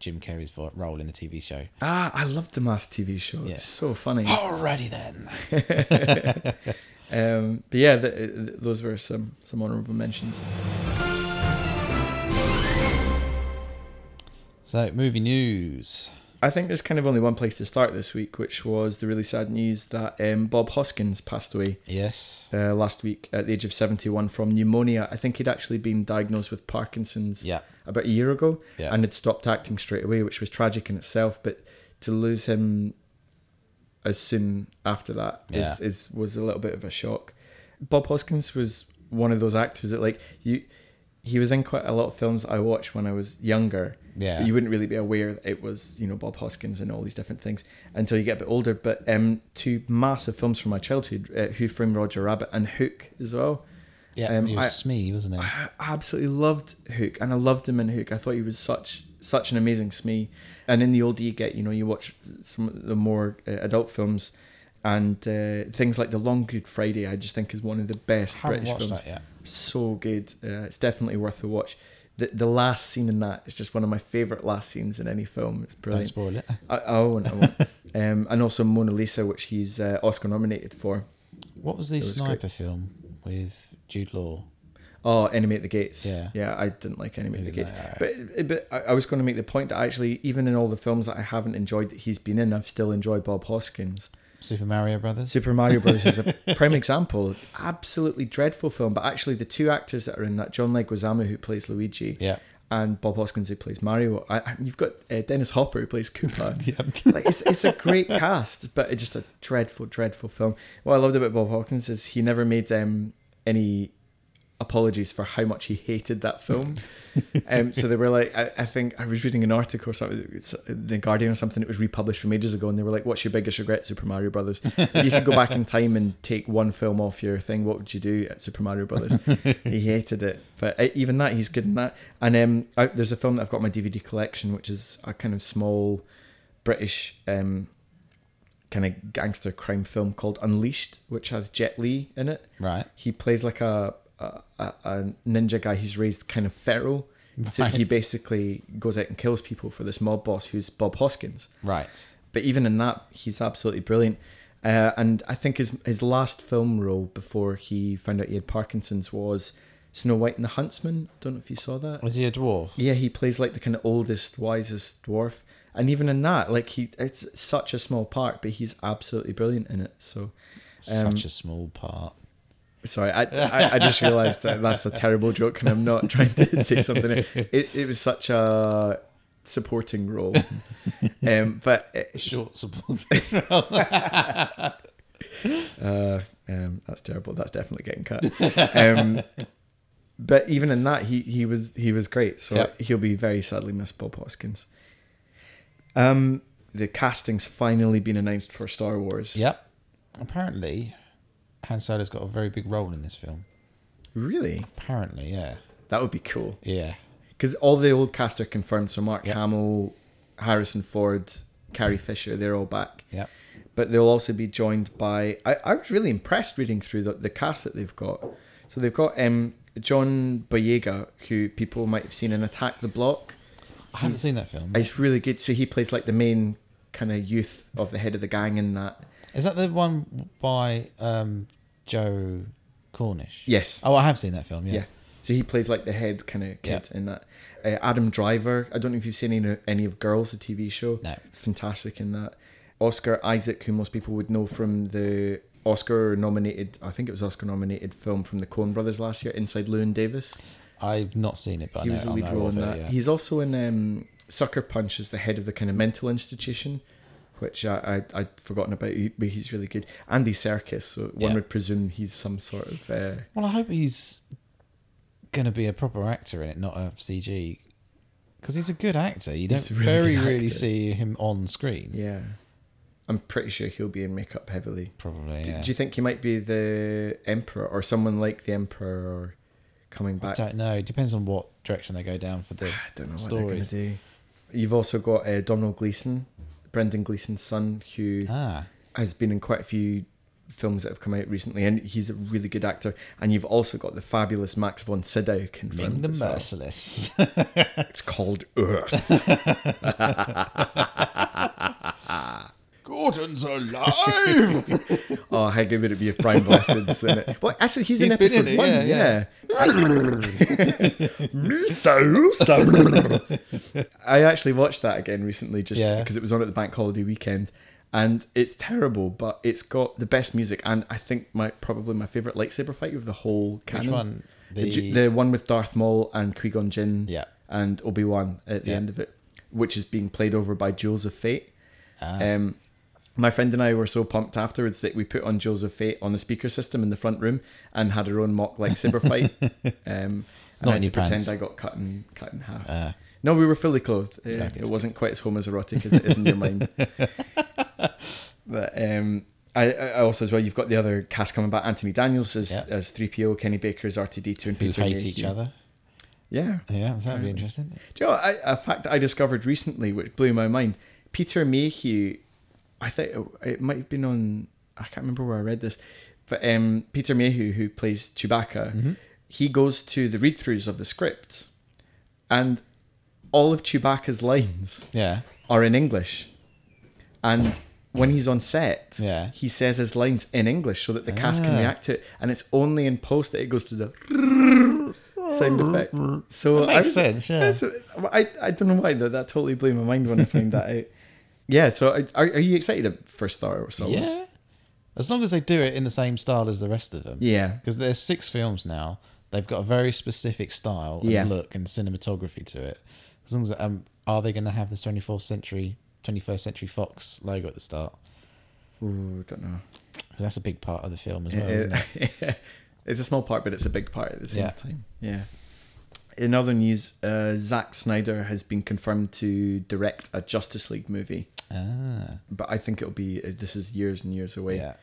[SPEAKER 1] Jim Carrey's vo- role in the TV show.
[SPEAKER 2] Ah, I loved the Mask TV show.
[SPEAKER 1] Yeah.
[SPEAKER 2] It's so funny.
[SPEAKER 1] Alrighty then.
[SPEAKER 2] um, but yeah, th th those were some some honourable mentions.
[SPEAKER 1] So, movie news.
[SPEAKER 2] I think there's kind of only one place to start this week, which was the really sad news that um, Bob Hoskins passed away
[SPEAKER 1] Yes.
[SPEAKER 2] uh, last week at the age of 71 from pneumonia. I think he'd actually been diagnosed with Parkinson's
[SPEAKER 1] Yeah.
[SPEAKER 2] about a year ago.
[SPEAKER 1] Yeah.
[SPEAKER 2] and had stopped acting straight away, which was tragic in itself. But to lose him as soon after that is
[SPEAKER 1] Yeah.
[SPEAKER 2] is, was a little bit of a shock. Bob Hoskins was one of those actors that like you. He was in quite a lot of films I watched when I was younger.
[SPEAKER 1] yeah.
[SPEAKER 2] But you wouldn't really be aware that it was you know Bob Hoskins and all these different things until you get a bit older. But um, two massive films from my childhood: uh, Who Framed Roger Rabbit and Hook as well.
[SPEAKER 1] yeah.
[SPEAKER 2] um,
[SPEAKER 1] he was
[SPEAKER 2] I-
[SPEAKER 1] Smee, wasn't he?
[SPEAKER 2] I absolutely loved Hook, and I loved him in Hook. I thought he was such such an amazing Smee. And in the older you get, you know, you watch some of the more uh, adult films, and uh, things like The Long Good Friday. I just think is one of the best
[SPEAKER 1] haven't
[SPEAKER 2] British
[SPEAKER 1] watched
[SPEAKER 2] films.
[SPEAKER 1] that yet.
[SPEAKER 2] So good. Uh, it's definitely worth a watch. the the last scene in that is just one of my favorite last scenes in any film. It's
[SPEAKER 1] Don't
[SPEAKER 2] brilliant.
[SPEAKER 1] spoil it.
[SPEAKER 2] I, I won't, I won't. um, and also Mona Lisa, which he's uh, Oscar nominated for.
[SPEAKER 1] What was the
[SPEAKER 2] It was
[SPEAKER 1] sniper
[SPEAKER 2] great.
[SPEAKER 1] film with Jude Law?
[SPEAKER 2] Oh, animate the gates.
[SPEAKER 1] Yeah.
[SPEAKER 2] yeah. I didn't like animate the
[SPEAKER 1] Maybe
[SPEAKER 2] gates,
[SPEAKER 1] like-
[SPEAKER 2] but eh, but I I was going to make the point that actually, even in all the films that I haven't enjoyed that he's been in, I've still enjoyed Bob Hoskins.
[SPEAKER 1] Super Mario Brothers.
[SPEAKER 2] Super Mario Bros. is a prime example. Absolutely dreadful film, but actually the two actors that are in that, John Leguizamo who plays Luigi,
[SPEAKER 1] Yeah.
[SPEAKER 2] and Bob Hoskins who plays Mario. I, I- you've got uh, Dennis Hopper who plays Koopa.
[SPEAKER 1] yeah.
[SPEAKER 2] like it's, it's a great cast, but it's just a dreadful, dreadful film. What I loved about Bob Hawkins is he never made um, any apologies for how much he hated that film. um, so they were like, I, I think I was reading an article or something, it's uh, the Guardian or something, it was republished from ages ago, and they were like, "What's your biggest regret, Super Mario Brothers? If you could go back in time and take one film off your thing, what would you do at Super Mario Brothers?" he hated it, but uh, even that, he's good in that. And um, I, there's a film that I've got in my DVD collection, which is a kind of small British um, kind of gangster crime film called Unleashed, which has Jet Li in it.
[SPEAKER 1] Right.
[SPEAKER 2] He plays like a a, a- a ninja guy who's raised kind of feral. So
[SPEAKER 1] Right.
[SPEAKER 2] he basically goes out and kills people for this mob boss who's Bob Hoskins.
[SPEAKER 1] Right.
[SPEAKER 2] But even in that, he's absolutely brilliant. Uh, and I think his his last film role before he found out he had Parkinson's was Snow White and the Huntsman. I don't know if you saw that.
[SPEAKER 1] Was he a dwarf?
[SPEAKER 2] Yeah, he plays like the kind of oldest, wisest dwarf, and even in that, like he, it's such a small part, but he's absolutely brilliant in it. So, Um,
[SPEAKER 1] Such a small part.
[SPEAKER 2] sorry, I, I, I just realised that that's a terrible joke, and I'm not trying to say something. It, it was such a supporting role, um, but it,
[SPEAKER 1] Short support.
[SPEAKER 2] uh, um, that's terrible. That's definitely getting cut. Um, but even in that, he he was he was great. So
[SPEAKER 1] Yep.
[SPEAKER 2] he'll be very sadly missed, Bob Hoskins. Um, the casting's finally been announced for Star Wars.
[SPEAKER 1] yep. Apparently, Han Solo's got a very big role in this film.
[SPEAKER 2] Really,
[SPEAKER 1] Apparently, yeah.
[SPEAKER 2] that would be cool
[SPEAKER 1] Yeah.
[SPEAKER 2] because all the old cast are confirmed. So Mark
[SPEAKER 1] Yep.
[SPEAKER 2] Hamill, Harrison Ford, Carrie Fisher, they're all back.
[SPEAKER 1] Yep.
[SPEAKER 2] but they'll also be joined by. I, I was really impressed reading through the, the cast that they've got. So they've got um, John Boyega, who people might have seen in Attack the Block.
[SPEAKER 1] I haven't
[SPEAKER 2] He's-
[SPEAKER 1] seen that film.
[SPEAKER 2] He's really good. So he plays like the main kind of youth of the head of the gang in that.
[SPEAKER 1] Is that the one by um, Joe Cornish?
[SPEAKER 2] Yes.
[SPEAKER 1] Oh, I have seen that film. Yeah.
[SPEAKER 2] Yeah. So he plays like the head kind of kid in that. Uh, Adam Driver. I don't know if you've seen any, any of Girls, the TV show.
[SPEAKER 1] No.
[SPEAKER 2] Fantastic in that. Oscar Isaac, who most people would know from the Oscar nominated, I think it was Oscar nominated film from the Coen Brothers last year, Inside Llewyn Davis.
[SPEAKER 1] I've not seen it, but
[SPEAKER 2] he
[SPEAKER 1] I know,
[SPEAKER 2] was the
[SPEAKER 1] I
[SPEAKER 2] lead
[SPEAKER 1] know
[SPEAKER 2] role
[SPEAKER 1] of
[SPEAKER 2] in
[SPEAKER 1] it,
[SPEAKER 2] that.
[SPEAKER 1] yeah.
[SPEAKER 2] He's also in um, Sucker Punch as the head of the kind of mental institution, which I, I I'd forgotten about, he- but he's really good. Andy Serkis, so one
[SPEAKER 1] Yeah.
[SPEAKER 2] would presume he's some sort of. Uh,
[SPEAKER 1] Well, I hope he's going to be a proper actor in it, not a CG, because he's a good actor. You don't
[SPEAKER 2] He's a really
[SPEAKER 1] very
[SPEAKER 2] good
[SPEAKER 1] really
[SPEAKER 2] actor.
[SPEAKER 1] see him on screen.
[SPEAKER 2] yeah, I'm pretty sure he'll be in makeup heavily.
[SPEAKER 1] Probably.
[SPEAKER 2] Do,
[SPEAKER 1] yeah.
[SPEAKER 2] do you think he might be the emperor or someone like the emperor or coming
[SPEAKER 1] I
[SPEAKER 2] back?
[SPEAKER 1] don't know. It depends on what direction they go down for the.
[SPEAKER 2] I don't know what
[SPEAKER 1] Stories.
[SPEAKER 2] they're going to do. You've also got uh, Donald Gleeson, Brendan Gleeson's son, who
[SPEAKER 1] Ah,
[SPEAKER 2] has been in quite a few films that have come out recently, and he's a really good actor. And you've also got the fabulous Max von Sydow
[SPEAKER 1] Ming
[SPEAKER 2] confirmed.
[SPEAKER 1] the
[SPEAKER 2] as well.
[SPEAKER 1] Merciless.
[SPEAKER 2] It's called Earth.
[SPEAKER 1] Gordon's alive.
[SPEAKER 2] oh, how good would it be if Brian Blessed's in it? Well, actually, he's, in
[SPEAKER 1] He's been
[SPEAKER 2] episode
[SPEAKER 1] in it,
[SPEAKER 2] one.
[SPEAKER 1] yeah,
[SPEAKER 2] Yeah.
[SPEAKER 1] yeah.
[SPEAKER 2] Musa, Musa. I actually watched that again recently, just
[SPEAKER 1] Yeah.
[SPEAKER 2] because it was on at the bank holiday weekend. And it's terrible, but it's got the best music, and I think my probably my favorite lightsaber fight of the whole canon.
[SPEAKER 1] Which one?
[SPEAKER 2] The, ju- the one with Darth Maul and Qui Gon Jinn
[SPEAKER 1] Yeah.
[SPEAKER 2] and Obi Wan at the
[SPEAKER 1] Yeah.
[SPEAKER 2] end of it, which is being played over by Jules of Fate.
[SPEAKER 1] Ah.
[SPEAKER 2] Um, my friend and I were so pumped afterwards that we put on Jules of Fate on the speaker system in the front room and had our own mock lightsaber fight. Um, and
[SPEAKER 1] Not
[SPEAKER 2] I had
[SPEAKER 1] in
[SPEAKER 2] to
[SPEAKER 1] your
[SPEAKER 2] pretend
[SPEAKER 1] pants.
[SPEAKER 2] I got cut in cut in half.
[SPEAKER 1] Ah.
[SPEAKER 2] no, we were fully clothed. Uh,
[SPEAKER 1] Yeah,
[SPEAKER 2] it
[SPEAKER 1] good.
[SPEAKER 2] wasn't quite as homoerotic as it is in your mind. But um, I, I also as well, you've got the other cast coming back. Anthony Daniels as
[SPEAKER 1] Yeah.
[SPEAKER 2] as three PO, Kenny Baker as RTD two, and
[SPEAKER 1] who
[SPEAKER 2] Peter
[SPEAKER 1] hate
[SPEAKER 2] Mayhew.
[SPEAKER 1] each other.
[SPEAKER 2] Yeah.
[SPEAKER 1] Yeah, so that'd
[SPEAKER 2] Apparently.
[SPEAKER 1] be interesting.
[SPEAKER 2] Do you know I, a fact that I discovered recently, which blew my mind? Peter Mayhew, I think it- it might have been on. I can't remember where I read this, but um, Peter Mayhew, who plays Chewbacca, he goes to the read-throughs of the scripts, and all of Chewbacca's lines
[SPEAKER 1] Yeah.
[SPEAKER 2] are in English. And when he's on set,
[SPEAKER 1] Yeah.
[SPEAKER 2] he says his lines in English so that the cast can
[SPEAKER 1] Ah.
[SPEAKER 2] react to it. And it's only in post that it goes to the sound effect. So
[SPEAKER 1] That makes
[SPEAKER 2] I was-
[SPEAKER 1] sense, yeah.
[SPEAKER 2] so- I, I don't know why though. That totally blew my mind when I found that out. Yeah. So I- are, are you excited for Star Wars?
[SPEAKER 1] Yeah. As long as they do it in the same style as the rest of them.
[SPEAKER 2] Yeah.
[SPEAKER 1] Because there's six films now. They've got a very specific style and
[SPEAKER 2] Yeah.
[SPEAKER 1] look and cinematography to it. As long as um, are they going to have this 24th century, 21st century Fox logo at the start?
[SPEAKER 2] Ooh, don't know.
[SPEAKER 1] 'Cause that's a big part of the film as well. isn't it?
[SPEAKER 2] It- it's a small part, but it's a big part at the same
[SPEAKER 1] Yeah.
[SPEAKER 2] time. Yeah. In other news, uh, Zack Snyder has been confirmed to direct a Justice League movie,
[SPEAKER 1] Ah,
[SPEAKER 2] but I think it'll be uh, this is years and years away.
[SPEAKER 1] yeah.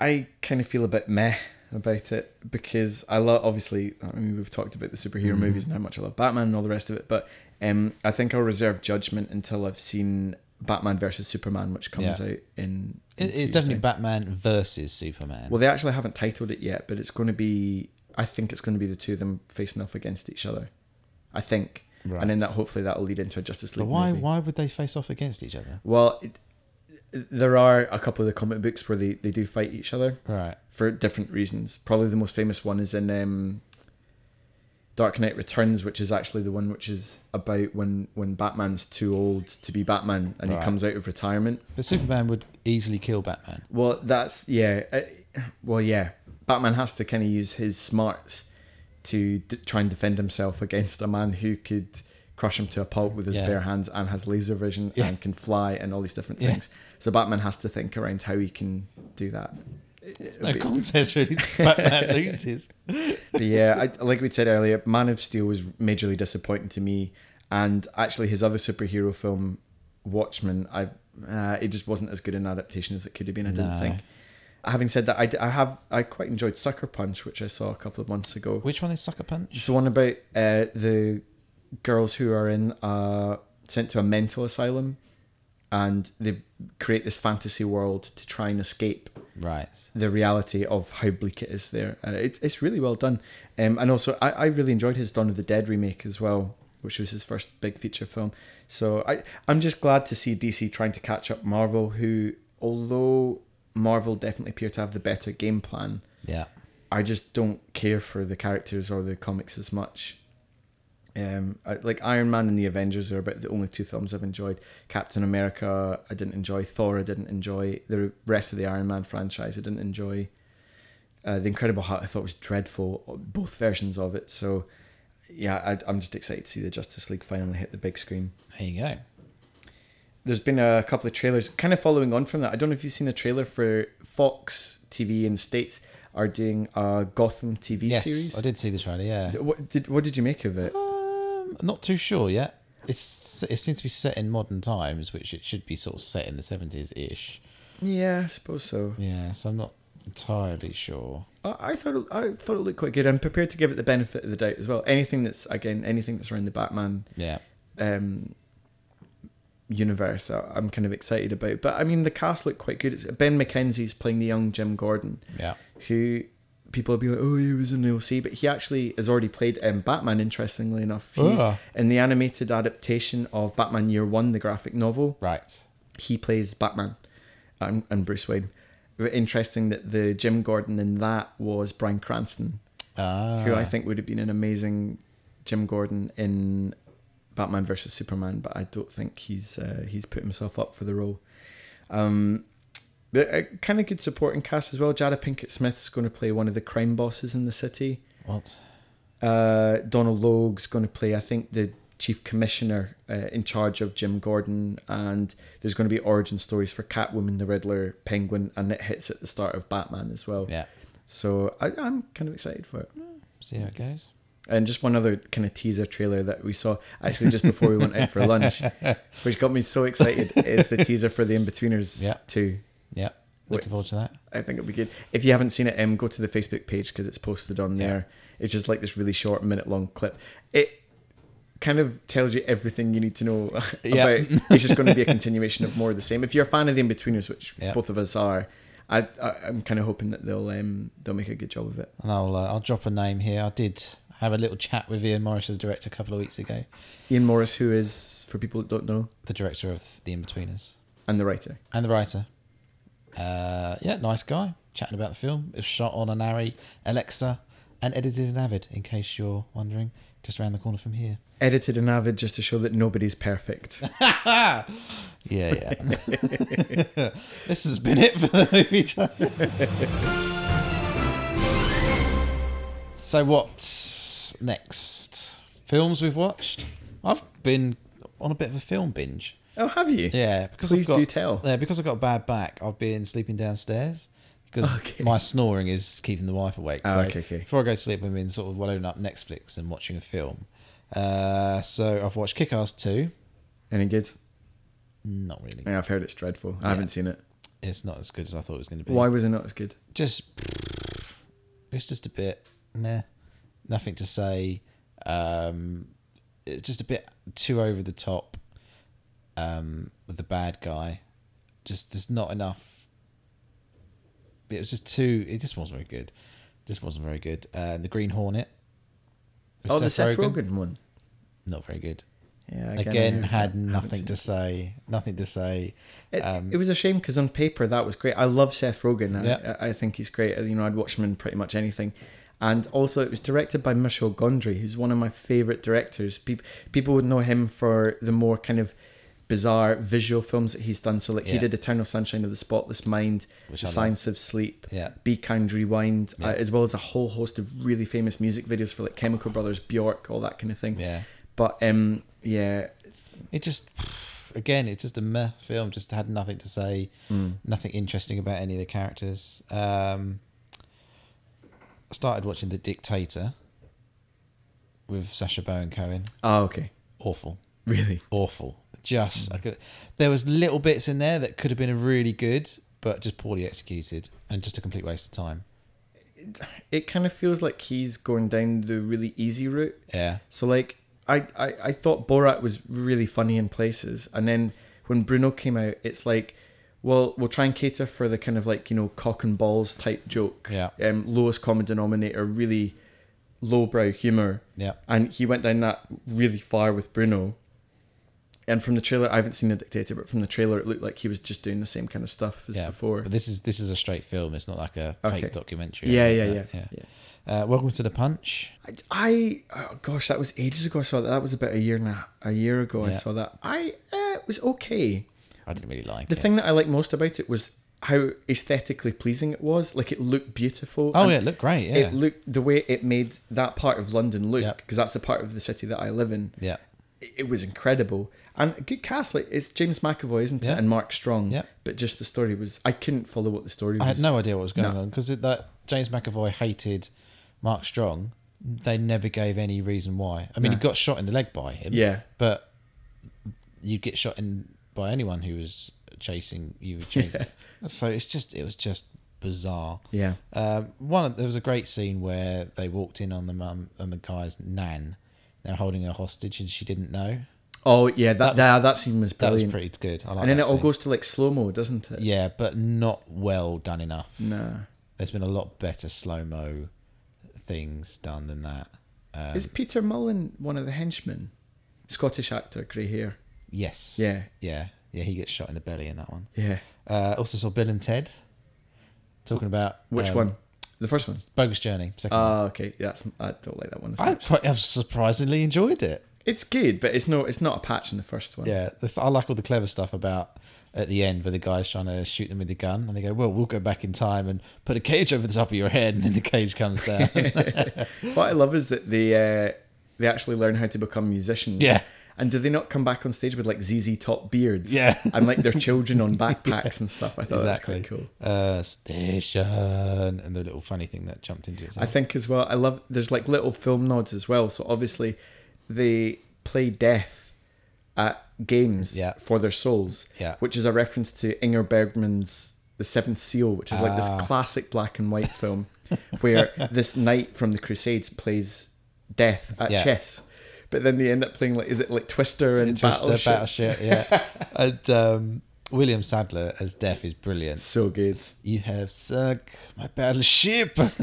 [SPEAKER 2] I kind of feel a bit meh about it because I love obviously. I mean, we've talked about the superhero
[SPEAKER 1] Mm-hmm.
[SPEAKER 2] movies and how much I love Batman and all the rest of it, but um, I think I'll reserve judgment until I've seen Batman versus Superman, which comes
[SPEAKER 1] Yeah.
[SPEAKER 2] out in. in
[SPEAKER 1] It,
[SPEAKER 2] two years'
[SPEAKER 1] it's definitely
[SPEAKER 2] time.
[SPEAKER 1] Batman versus Superman.
[SPEAKER 2] Well, they actually haven't titled it yet, but it's going to be. I think it's going to be the two of them facing off against each other. I think,
[SPEAKER 1] right.
[SPEAKER 2] and then that hopefully that will lead into a Justice
[SPEAKER 1] but
[SPEAKER 2] League.
[SPEAKER 1] why,
[SPEAKER 2] movie.
[SPEAKER 1] why would they face off against each other?
[SPEAKER 2] Well, it, there are a couple of the comic books where they, they do fight each other
[SPEAKER 1] Right.
[SPEAKER 2] for different reasons. Probably the most famous one is in um, Dark Knight Returns, which is actually the one which is about when when Batman's too old to be Batman and
[SPEAKER 1] Right.
[SPEAKER 2] he comes out of retirement.
[SPEAKER 1] But Superman would easily kill Batman.
[SPEAKER 2] Well, that's yeah. Uh, well, yeah. Batman has to kind of use his smarts to d- try and defend himself against a man who could crush him to a pulp with his
[SPEAKER 1] Yeah.
[SPEAKER 2] bare hands and has laser vision
[SPEAKER 1] Yeah.
[SPEAKER 2] and can fly and all these different
[SPEAKER 1] Yeah.
[SPEAKER 2] things. So Batman has to think around how he can do that.
[SPEAKER 1] No contest, really. Batman loses.
[SPEAKER 2] But yeah, I, like we said earlier, Man of Steel was majorly disappointing to me, and actually his other superhero film, Watchmen, I uh, it just wasn't as good an adaptation as it could have been. I didn't
[SPEAKER 1] No.
[SPEAKER 2] think. Having said that, I, d- I have I quite enjoyed Sucker Punch, which I saw a couple of months ago.
[SPEAKER 1] Which one is Sucker Punch?
[SPEAKER 2] It's the one about uh, the girls who are in uh, sent to a mental asylum, and they create this fantasy world to try and escape
[SPEAKER 1] Right.
[SPEAKER 2] the reality of how bleak it is there. Uh, it's it's really well done, um, and also I, I really enjoyed his Dawn of the Dead remake as well, which was his first big feature film. So I I'm just glad to see DC trying to catch up Marvel, who although Marvel definitely appear to have the better game plan,
[SPEAKER 1] Yeah.
[SPEAKER 2] I just don't care for the characters or the comics as much. Um, I, like Iron Man and the Avengers are about the only two films I've enjoyed. Captain America, I didn't enjoy. Thor, I didn't enjoy. The rest of the Iron Man franchise, I didn't enjoy. Uh, the Incredible Hulk, I thought was dreadful. Both versions of it. So, yeah, I, I'm just excited to see the Justice League finally hit the big screen.
[SPEAKER 1] There you go.
[SPEAKER 2] There's been a couple of trailers, kind of following on from that. I don't know if you've seen the trailer for Fox TV in the states are doing a Gotham TV
[SPEAKER 1] yes,
[SPEAKER 2] series.
[SPEAKER 1] I did see the trailer. Yeah.
[SPEAKER 2] D- What did what did you make of it?
[SPEAKER 1] Um, not too sure yet. It's it seems to be set in modern times, which it should be sort of set in the seventies ish.
[SPEAKER 2] Yeah, I suppose so.
[SPEAKER 1] Yeah, so I'm not entirely sure.
[SPEAKER 2] I, I thought it, I thought it looked quite good. I'm prepared to give it the benefit of the doubt as well. Anything that's again anything that's around the Batman
[SPEAKER 1] Yeah,
[SPEAKER 2] um, universe, I, I'm kind of excited about. But I mean, the cast looked quite good. It's Ben McKenzie's playing the young Jim Gordon,
[SPEAKER 1] yeah,
[SPEAKER 2] who people will be like, oh, he was in the OC, but he actually has already played um, Batman. Interestingly enough, He's
[SPEAKER 1] Ah.
[SPEAKER 2] in the animated adaptation of Batman Year One, the graphic novel.
[SPEAKER 1] right.
[SPEAKER 2] he plays Batman and, and Bruce Wayne. Very Interesting that the Jim Gordon in that was Brian Cranston,
[SPEAKER 1] Ah,
[SPEAKER 2] who I think would have been an amazing Jim Gordon in Batman versus Superman, but I don't think he's uh, he's put himself up for the role. Um, but a kind of good supporting cast as well. Jada Pinkett Smith's going to play one of the crime bosses in the city.
[SPEAKER 1] what?
[SPEAKER 2] Uh, Donald Logue's going to play, I think, the chief commissioner uh, in charge of Jim Gordon, and there's going to be origin stories for Catwoman, the Riddler, Penguin, and it hits at the start of Batman as well.
[SPEAKER 1] Yeah,
[SPEAKER 2] So I, I'm kind of excited for it.
[SPEAKER 1] see how it goes.
[SPEAKER 2] And just one other kind of teaser trailer that we saw actually just before we went out for lunch, which got me so excited, is the teaser for The Inbetweeners
[SPEAKER 1] Yeah.
[SPEAKER 2] 2.
[SPEAKER 1] Yeah, looking
[SPEAKER 2] Wait.
[SPEAKER 1] forward to that.
[SPEAKER 2] I think it'll be good. If you haven't seen it, um, go to the Facebook page because it's posted on there. It's just like this really short minute long clip. It kind of tells you everything you need to know about.
[SPEAKER 1] Yeah.
[SPEAKER 2] It's just going to be a continuation of more of the same. If you're a fan of the In Betweeners, which
[SPEAKER 1] Yeah.
[SPEAKER 2] both of us are, I, I I'm kind of hoping that they'll um they'll make a good job of it.
[SPEAKER 1] And I'll uh, I'll drop a name here. I did have a little chat with Ian Morris, as director, a couple of weeks ago,
[SPEAKER 2] Ian Morris, who is, for people that don't know,
[SPEAKER 1] the director of The Inbetweeners
[SPEAKER 2] and the writer.
[SPEAKER 1] and the writer. Uh, yeah, nice guy. Chatting about the film. It was shot on an Arri Alexa and edited in Avid, in case you're wondering, just around the corner from here.
[SPEAKER 2] Edited in Avid just to show that nobody's perfect.
[SPEAKER 1] yeah, yeah. this has been it for the movie. chart. so what's next? Films we've watched. I've been on a bit of a film binge.
[SPEAKER 2] oh, have you?
[SPEAKER 1] Yeah, because
[SPEAKER 2] Please
[SPEAKER 1] I've got,
[SPEAKER 2] do tell.
[SPEAKER 1] Yeah, because I've got a bad back. I've been sleeping downstairs because
[SPEAKER 2] Okay.
[SPEAKER 1] my snoring is keeping the wife awake.
[SPEAKER 2] Ah,
[SPEAKER 1] so
[SPEAKER 2] okay, okay.
[SPEAKER 1] Before I go to sleep, I've been sort of loading up Netflix and watching a film. Uh, so I've watched Kick-Ass two.
[SPEAKER 2] Any good?
[SPEAKER 1] Not really.
[SPEAKER 2] Yeah, I've heard it's dreadful. I
[SPEAKER 1] Yeah.
[SPEAKER 2] haven't seen it.
[SPEAKER 1] It's not as good as I thought it was going to be.
[SPEAKER 2] Why was it not as good?
[SPEAKER 1] Just it's just a bit meh. Nothing to say. Um, it's just a bit too over the top. Um, with the bad guy, just there's not enough. It was just too. It just wasn't very good. Just wasn't very good. Uh, the Green Hornet. with
[SPEAKER 2] oh, the Seth Rogen, one.
[SPEAKER 1] Not very good.
[SPEAKER 2] Yeah,
[SPEAKER 1] Again,
[SPEAKER 2] I
[SPEAKER 1] had
[SPEAKER 2] haven't seen
[SPEAKER 1] nothing to
[SPEAKER 2] it.
[SPEAKER 1] say. Nothing to say.
[SPEAKER 2] It,
[SPEAKER 1] um,
[SPEAKER 2] it was a shame because on paper that was great. I love Seth Rogen. I,
[SPEAKER 1] Yeah.
[SPEAKER 2] I, I think he's great. You know, I'd watch him in pretty much anything. And also, it was directed by Michel Gondry, who's one of my favorite directors. People people would know him for the more kind of bizarre visual films that he's done. So, like, he
[SPEAKER 1] Yeah.
[SPEAKER 2] did Eternal Sunshine of the Spotless Mind,
[SPEAKER 1] Which
[SPEAKER 2] The
[SPEAKER 1] I love.
[SPEAKER 2] Science of Sleep,
[SPEAKER 1] Yeah.
[SPEAKER 2] Be Kind, Rewind,
[SPEAKER 1] Yeah.
[SPEAKER 2] uh, as well as a whole host of really famous music videos for like Chemical Brothers, Bjork, all that kind of thing.
[SPEAKER 1] Yeah.
[SPEAKER 2] But um, yeah,
[SPEAKER 1] It just, again, it's just a meh film. Just had nothing to say,
[SPEAKER 2] Mm.
[SPEAKER 1] nothing interesting about any of the characters. Um, I started watching The Dictator with Sasha Baron Cohen.
[SPEAKER 2] oh okay,
[SPEAKER 1] Awful,
[SPEAKER 2] really,
[SPEAKER 1] awful.
[SPEAKER 2] Mm.
[SPEAKER 1] Just I could, there was little bits in there that could have been really good, but just poorly executed and just a complete waste of time.
[SPEAKER 2] it kind of feels like he's going down the really easy route.
[SPEAKER 1] Yeah,
[SPEAKER 2] So like I, I I thought Borat was really funny in places, and then when Bruno came out, it's like, well, we'll try and cater for the kind of like you know cock and balls type joke,
[SPEAKER 1] Yeah.
[SPEAKER 2] um, lowest common denominator, really lowbrow humor,
[SPEAKER 1] yeah,
[SPEAKER 2] and he went down that really far with Bruno. And from the trailer, I haven't seen the dictator, but from the trailer, it looked like he was just doing the same kind of stuff as
[SPEAKER 1] yeah.
[SPEAKER 2] before.
[SPEAKER 1] But this is this is a straight film. It's not like a
[SPEAKER 2] Okay.
[SPEAKER 1] fake documentary. or
[SPEAKER 2] Yeah, yeah,
[SPEAKER 1] anything
[SPEAKER 2] yeah,
[SPEAKER 1] like
[SPEAKER 2] yeah.
[SPEAKER 1] that. Uh, Welcome to the Punch.
[SPEAKER 2] I, I- oh gosh, that was ages ago. I saw that. That was about a year and a, a year ago. I
[SPEAKER 1] Yeah.
[SPEAKER 2] saw that. I uh, it was okay.
[SPEAKER 1] I didn't really like
[SPEAKER 2] The
[SPEAKER 1] it.
[SPEAKER 2] thing that I liked most about it was how aesthetically pleasing it was. Like it looked beautiful.
[SPEAKER 1] Oh
[SPEAKER 2] and
[SPEAKER 1] yeah, it looked great. Yeah,
[SPEAKER 2] It looked the way it made that part of London look
[SPEAKER 1] Yeah.
[SPEAKER 2] because that's the part of the city that I live in.
[SPEAKER 1] yeah.
[SPEAKER 2] It it was incredible and a good cast. Like it's James McAvoy, isn't
[SPEAKER 1] Yeah.
[SPEAKER 2] it? And Mark Strong.
[SPEAKER 1] Yeah.
[SPEAKER 2] But just the story was I couldn't follow what the story was.
[SPEAKER 1] I had no idea what was going
[SPEAKER 2] No.
[SPEAKER 1] on because that James McAvoy hated Mark Strong. They never gave any reason why. I mean,
[SPEAKER 2] No.
[SPEAKER 1] he got shot in the leg by him.
[SPEAKER 2] Yeah.
[SPEAKER 1] but you'd get shot in by anyone who was chasing you. were Chasing. So it's just it was just bizarre.
[SPEAKER 2] Yeah.
[SPEAKER 1] Um, one of- there was a great scene where they walked in on the mum on the guy's nan. They're holding her hostage and she didn't know.
[SPEAKER 2] Oh yeah. That
[SPEAKER 1] That was-
[SPEAKER 2] that, that scene was
[SPEAKER 1] That was
[SPEAKER 2] brilliant.
[SPEAKER 1] pretty good. I like
[SPEAKER 2] and then
[SPEAKER 1] that
[SPEAKER 2] it all
[SPEAKER 1] scene.
[SPEAKER 2] goes to like slow mo, doesn't it?
[SPEAKER 1] Yeah, but not well done enough.
[SPEAKER 2] No.
[SPEAKER 1] There's been a lot better slow mo things done than that. Um,
[SPEAKER 2] Is Peter Mullen one of the henchmen? Scottish actor, grey hair.
[SPEAKER 1] yes.
[SPEAKER 2] Yeah.
[SPEAKER 1] Yeah. Yeah. He gets shot in the belly in that one.
[SPEAKER 2] Yeah.
[SPEAKER 1] Uh, also saw Bill and Ted. Talking about
[SPEAKER 2] Which
[SPEAKER 1] um,
[SPEAKER 2] one? The first one.
[SPEAKER 1] Bogus Journey. Second. one.
[SPEAKER 2] Ah, okay. That's I don't like that one. As
[SPEAKER 1] I
[SPEAKER 2] much.
[SPEAKER 1] quite I've surprisingly enjoyed it.
[SPEAKER 2] It's good, but it's no, it's not a patch in the first one.
[SPEAKER 1] Yeah, this, I like all the clever stuff about at the end where the guy's trying to shoot them with the gun, and they go, "Well, we'll go back in time and put a cage over the top of your head," and then the cage comes down.
[SPEAKER 2] What I love is that they uh, they actually learn how to become musicians.
[SPEAKER 1] Yeah.
[SPEAKER 2] And do they not come back on stage with like ZZ Top beards?
[SPEAKER 1] Yeah.
[SPEAKER 2] And like their children on backpacks and stuff. I thought
[SPEAKER 1] exactly.
[SPEAKER 2] that was quite cool.
[SPEAKER 1] Uh, station and the little funny thing that jumped into his
[SPEAKER 2] I think as well. I love there's like little film nods as well. So obviously, they play death at games
[SPEAKER 1] Yeah.
[SPEAKER 2] for their souls,
[SPEAKER 1] Yeah.
[SPEAKER 2] which is a reference to Inger Bergman's The Seventh Seal, which is like
[SPEAKER 1] Ah.
[SPEAKER 2] this classic black and white film where this knight from the Crusades plays death at
[SPEAKER 1] Yeah.
[SPEAKER 2] chess. But then they end up playing like is it like Twister and
[SPEAKER 1] Twister,
[SPEAKER 2] Battleship?
[SPEAKER 1] Battleship, yeah. and um, William Sadler as Death is brilliant.
[SPEAKER 2] So good.
[SPEAKER 1] You have sunk my battleship.
[SPEAKER 2] Is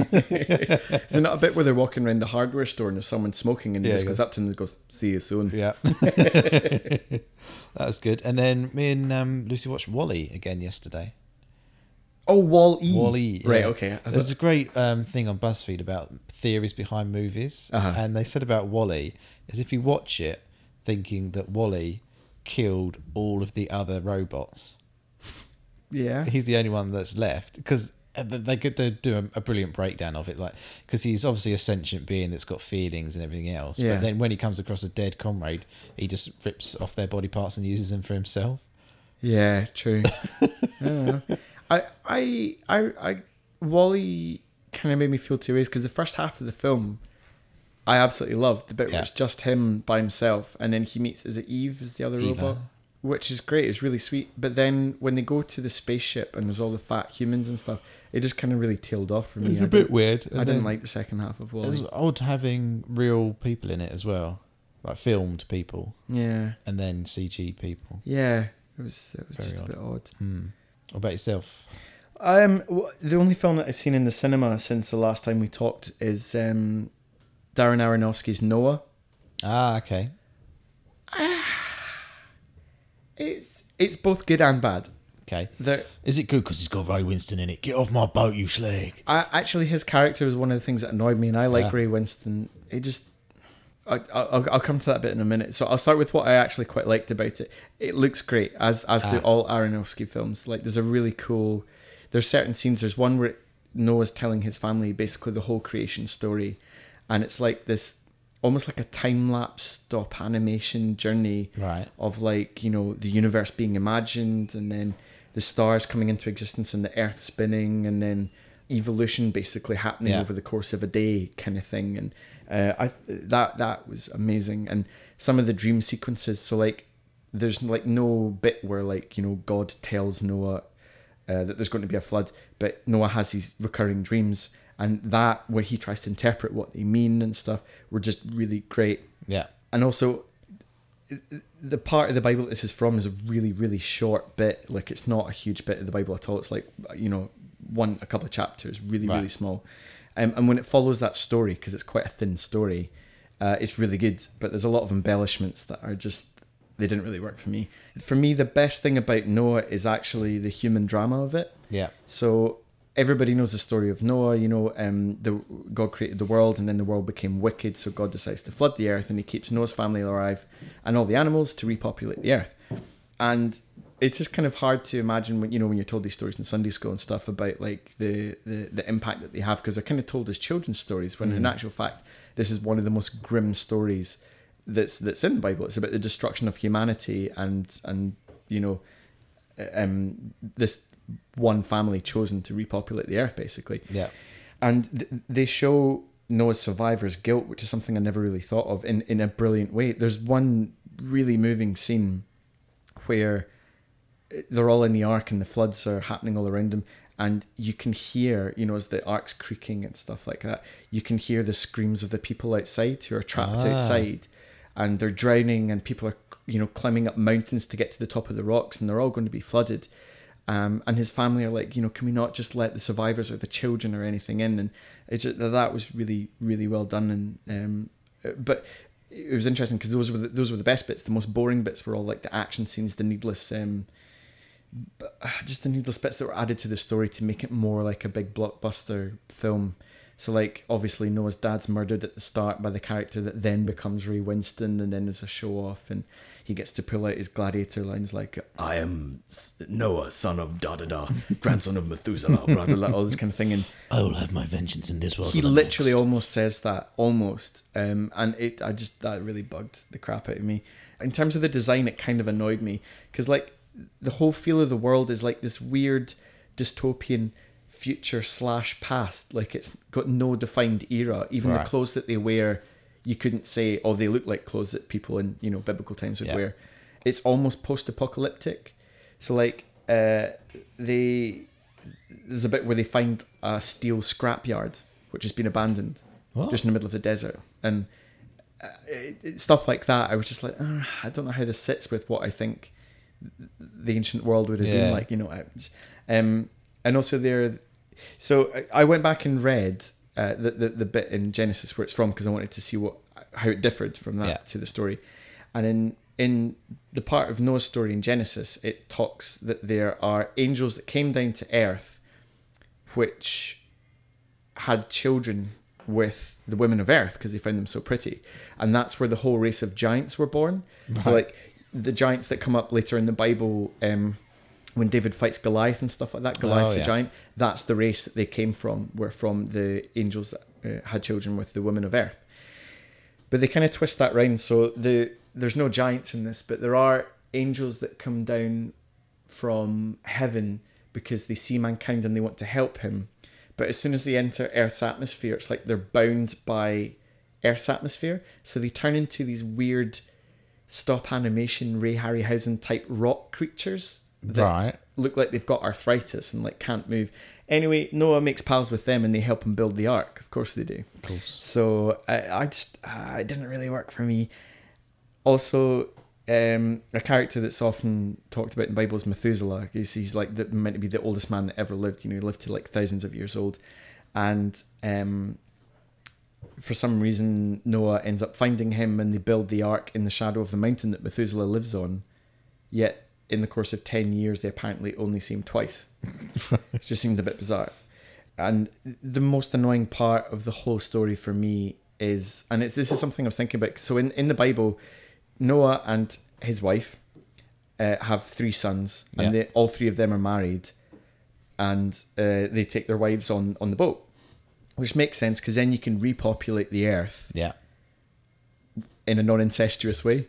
[SPEAKER 2] it not a bit where they're walking around the hardware store and there's someone smoking and he
[SPEAKER 1] Yeah,
[SPEAKER 2] just
[SPEAKER 1] yeah.
[SPEAKER 2] goes up to him and goes, "See you soon."
[SPEAKER 1] yeah, that was good. And then me and um, Lucy watched Wally again yesterday.
[SPEAKER 2] Oh, Wall E.
[SPEAKER 1] Wall-E,
[SPEAKER 2] Right.
[SPEAKER 1] yeah.
[SPEAKER 2] Okay. I
[SPEAKER 1] There's
[SPEAKER 2] thought,
[SPEAKER 1] a great um, thing on BuzzFeed about theories behind movies,
[SPEAKER 2] Uh-huh.
[SPEAKER 1] and they said about Wally is if you watch it thinking that Wally killed all of the other robots,
[SPEAKER 2] yeah.
[SPEAKER 1] he's the only one that's left because they could do- do a, a brilliant breakdown of it, like because he's obviously a sentient being that's got feelings and everything else.
[SPEAKER 2] Yeah.
[SPEAKER 1] But then when he comes across a dead comrade, he just rips off their body parts and uses them for himself.
[SPEAKER 2] Yeah. True. yeah. I I I I Wally kind of made me feel two ways because the first half of the film. I absolutely loved the bit where
[SPEAKER 1] Yeah.
[SPEAKER 2] it's just him by himself, and then he meets is it Eve is the other
[SPEAKER 1] Eva.
[SPEAKER 2] robot, which is great. It's really sweet. But then when they go to the spaceship and there's all the fat humans and stuff, it just kind of really tailed off for me. I didn't-
[SPEAKER 1] weird.
[SPEAKER 2] I didn't like the second half of
[SPEAKER 1] It was
[SPEAKER 2] Wally.
[SPEAKER 1] odd having real people in it as well, like filmed people
[SPEAKER 2] Yeah,
[SPEAKER 1] and then CG people.
[SPEAKER 2] yeah. It was it was
[SPEAKER 1] Very
[SPEAKER 2] just
[SPEAKER 1] odd.
[SPEAKER 2] a bit odd.
[SPEAKER 1] Hmm. What about yourself?
[SPEAKER 2] Um, w- the only film that I've seen in the cinema since the last time we talked is um, Darren Aronofsky's Noah.
[SPEAKER 1] Ah, okay.
[SPEAKER 2] It's it's both good and bad.
[SPEAKER 1] Okay.
[SPEAKER 2] There,
[SPEAKER 1] Is it good because it's got Ray Winston in it? Get off my boat, you slag.
[SPEAKER 2] I actually his character was one of the things that annoyed me, and I like
[SPEAKER 1] Yeah.
[SPEAKER 2] Ray Winston. It just. I, I- I'll, I'll come to that bit in a minute. So I'll start with what I actually quite liked about it. It looks great, as as do
[SPEAKER 1] Ah.
[SPEAKER 2] all Aronofsky films. Like there's a really cool. There's certain scenes. There's one where Noah's telling his family basically the whole creation story, and it's like this, almost like a time lapse stop animation journey
[SPEAKER 1] Right.
[SPEAKER 2] of like you know the universe being imagined and then the stars coming into existence and the earth spinning and then evolution basically happening
[SPEAKER 1] Yeah.
[SPEAKER 2] over the course of a day kind of thing and uh, I that that was amazing and some of the dream sequences so like there's like no bit where like you know God tells Noah uh, that there's going to be a flood but Noah has these recurring dreams and that where he tries to interpret what they mean and stuff were just really great
[SPEAKER 1] Yeah.
[SPEAKER 2] and also the part of the bible this is from is a really really short bit like it's not a huge bit of the bible at all it's like you know one a couple of chapters really
[SPEAKER 1] Right.
[SPEAKER 2] really small um, and when it follows that story because it's quite a thin story uh, it's really good but there's a lot of embellishments that are just they didn't really work for me for me the best thing about noah is actually the human drama of it
[SPEAKER 1] Yeah.
[SPEAKER 2] so everybody knows the story of Noah. You know, um, the God created the world, and then the world became wicked. So God decides to flood the earth, and He keeps Noah's family alive and all the animals to repopulate the earth. And it's just kind of hard to imagine when you know when you're told these stories in Sunday school and stuff about like the the, the impact that they have because they're kind of told as children's stories when in actual fact this is one of the most grim stories that's that's in the Bible. It's about the destruction of humanity and and you know um, this one family chosen to repopulate the earth, basically.
[SPEAKER 1] Yeah.
[SPEAKER 2] And th- they show Noah's survivor's guilt, which is something I never really thought of, in, in a brilliant way. There's one really moving scene where eh, they're all in the ark and the floods are happening all around them. And you can hear, you know, as the ark's creaking and stuff like that, you can hear the screams of the people outside who are trapped
[SPEAKER 1] Ah.
[SPEAKER 2] outside and they're drowning and people are, you know, climbing up mountains to get to the top of the rocks and they're all going to be flooded. Um, and his family are like, you know, can we not just let the survivors or the children or anything in? And it's just, that was really, really well done. And um, uh, but it was interesting because those were the, those were the best bits. The most boring bits were all like the action scenes, the needless, um, b- ah, just the needless bits that were added to the story to make it more like a big blockbuster film. So like obviously Noah's dad's murdered at the start by the character that then becomes Ray Winston, and then there's a show off, and he gets to pull out his gladiator lines like "I am S- Noah, son of da da da, grandson of Methuselah, blah blah blah," all this kind of thing, and
[SPEAKER 1] I will have my vengeance in this world.
[SPEAKER 2] he literally almost says that almost um and it i just that really bugged the crap out of me in terms of the design it kind of annoyed me because like the whole feel of the world is like this weird dystopian future slash past like it's got no defined era even
[SPEAKER 1] Right.
[SPEAKER 2] the clothes that they wear you couldn't say oh they look like clothes that people in you know biblical times would
[SPEAKER 1] Yeah.
[SPEAKER 2] wear it's almost post-apocalyptic so like uh they there's a bit where they find a steel scrapyard which has been abandoned
[SPEAKER 1] What?
[SPEAKER 2] just in the middle of the desert and "Ah, uh, it, it- stuff like that i was just like "Ugh, i don't know how this sits with what i think the ancient world would have
[SPEAKER 1] Yeah.
[SPEAKER 2] been like, you know. I- Um, and also there, so I- I went back and read uh, the, the the bit in Genesis where it's from because I wanted to see what how it differed from that
[SPEAKER 1] Yeah.
[SPEAKER 2] to the story, and in in the part of Noah's story in Genesis, it talks that there are angels that came down to earth, which had children with the women of earth because they found them so pretty and that's where the whole race of giants were born so
[SPEAKER 1] Right.
[SPEAKER 2] like the giants that come up later in the bible um when david fights goliath and stuff like that goliath's
[SPEAKER 1] Oh, yeah.
[SPEAKER 2] a giant that's the race that they came from were from the angels that uh, had children with the women of earth but they kind of twist that round so the there's no giants in this but there are angels that come down from heaven because they see mankind and they want to help him but as soon as they enter earth's atmosphere it's like they're bound by earth's atmosphere so they turn into these weird stop animation ray harryhausen type rock creatures that
[SPEAKER 1] Right.
[SPEAKER 2] look like they've got arthritis and like can't move anyway noah makes pals with them and they help him build the ark of course they do
[SPEAKER 1] Of course.
[SPEAKER 2] so I, I just uh, it didn't really work for me. Also, um, a character that's often talked about in Bible is Methuselah. He's, he's like the, meant to be the oldest man that ever lived. You know, he lived to like thousands of years old, and um, for some reason Noah ends up finding him, and they build the ark in the shadow of the mountain that Methuselah lives on. Yet, in the course of ten years, they apparently only see him twice. it just seemed a bit bizarre. And the most annoying part of the whole story for me is, and it's this is something I was thinking about. So in, in the Bible, Noah and his wife uh, have three sons, and
[SPEAKER 1] Yeah.
[SPEAKER 2] they, all three of them are married, and uh, they take their wives on on the boat, which makes sense because then you can repopulate the earth
[SPEAKER 1] Yeah.
[SPEAKER 2] in a non incestuous way.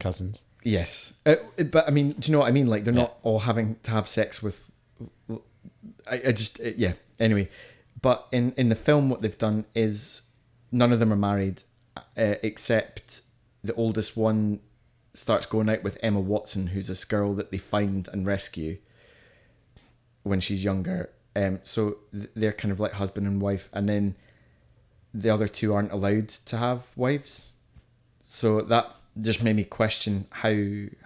[SPEAKER 1] Cousins.
[SPEAKER 2] Yes, uh, but I mean, do you know what I mean? Like they're
[SPEAKER 1] Yeah.
[SPEAKER 2] not all having to have sex with. I, I just uh, yeah. Anyway, but in in the film, what they've done is none of them are married, uh, except the oldest one starts going out with Emma Watson, who's this girl that they find and rescue when she's younger. Um, so th- they're kind of like husband and wife, and then the other two aren't allowed to have wives. So that just made me question how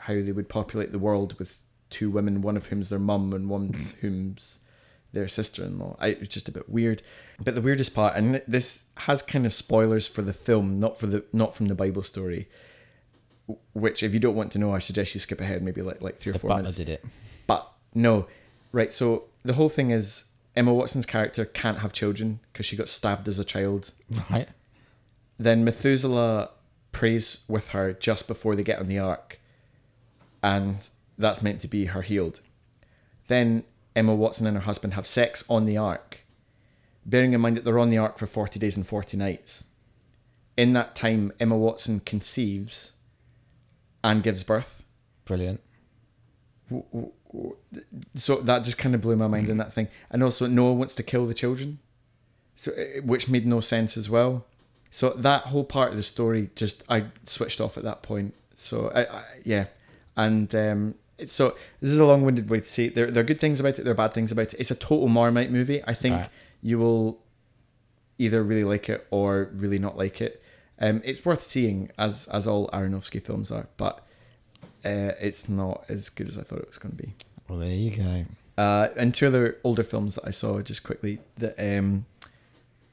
[SPEAKER 2] how they would populate the world with two women, one of whom's their mum and one's whom's their sister-in-law. I, it was just a bit weird. But the weirdest part, and this has kind of spoilers for the film, not for the not from the Bible story. w- Which, if you don't want to know, I suggest you skip ahead, maybe like like three or
[SPEAKER 1] The
[SPEAKER 2] four
[SPEAKER 1] butler
[SPEAKER 2] minutes.
[SPEAKER 1] did it.
[SPEAKER 2] But no, right. So the whole thing is Emma Watson's character can't have children because she got stabbed as a child.
[SPEAKER 1] Right.
[SPEAKER 2] Then Methuselah prays with her just before they get on the ark, and that's meant to be her healed. Then Emma Watson and her husband have sex on the ark, bearing in mind that they're on the ark for 40 days and 40 nights. In that time, Emma Watson conceives and gives birth
[SPEAKER 1] Brilliant.
[SPEAKER 2] w- w- w- so that just kind of blew my mind in that thing and also noah wants to kill the children so eh, which made no sense as well so that whole part of the story just i switched off at that point so i, I yeah and um it's- so this is a long-winded way to say it. there, there are good things about it there are bad things about it it's a total marmite movie i think
[SPEAKER 1] Right.
[SPEAKER 2] you will either really like it or really not like it um, it's worth seeing as as all aronofsky films are but uh, it's not as good as I thought it was going to be.
[SPEAKER 1] Well, there you go.
[SPEAKER 2] Uh, and two other older films that I saw just quickly that um,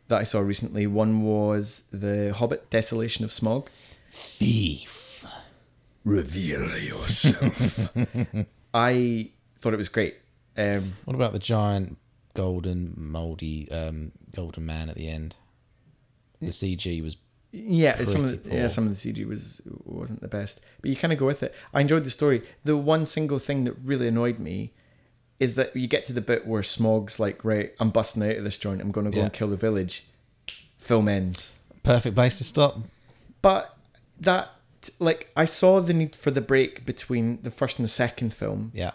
[SPEAKER 2] that I saw recently. One was The Hobbit: Desolation of Smog.
[SPEAKER 1] Thief.
[SPEAKER 2] Reveal yourself. I thought it was great. Um,
[SPEAKER 1] What about the giant golden moldy um, golden man at the end? The CG was
[SPEAKER 2] yeah, some of
[SPEAKER 1] Pretty
[SPEAKER 2] the,
[SPEAKER 1] poor.
[SPEAKER 2] yeah, some of the CG was wasn't the best, but you kind of go with it. I enjoyed the story. The one single thing that really annoyed me is that you get to the bit where Smog's like, "Right, I'm busting out of this joint. I'm going to go
[SPEAKER 1] Yeah.
[SPEAKER 2] and kill the village." Film ends.
[SPEAKER 1] perfect place to stop.
[SPEAKER 2] but that like I saw the need for the break between the first and the second film,
[SPEAKER 1] Yeah.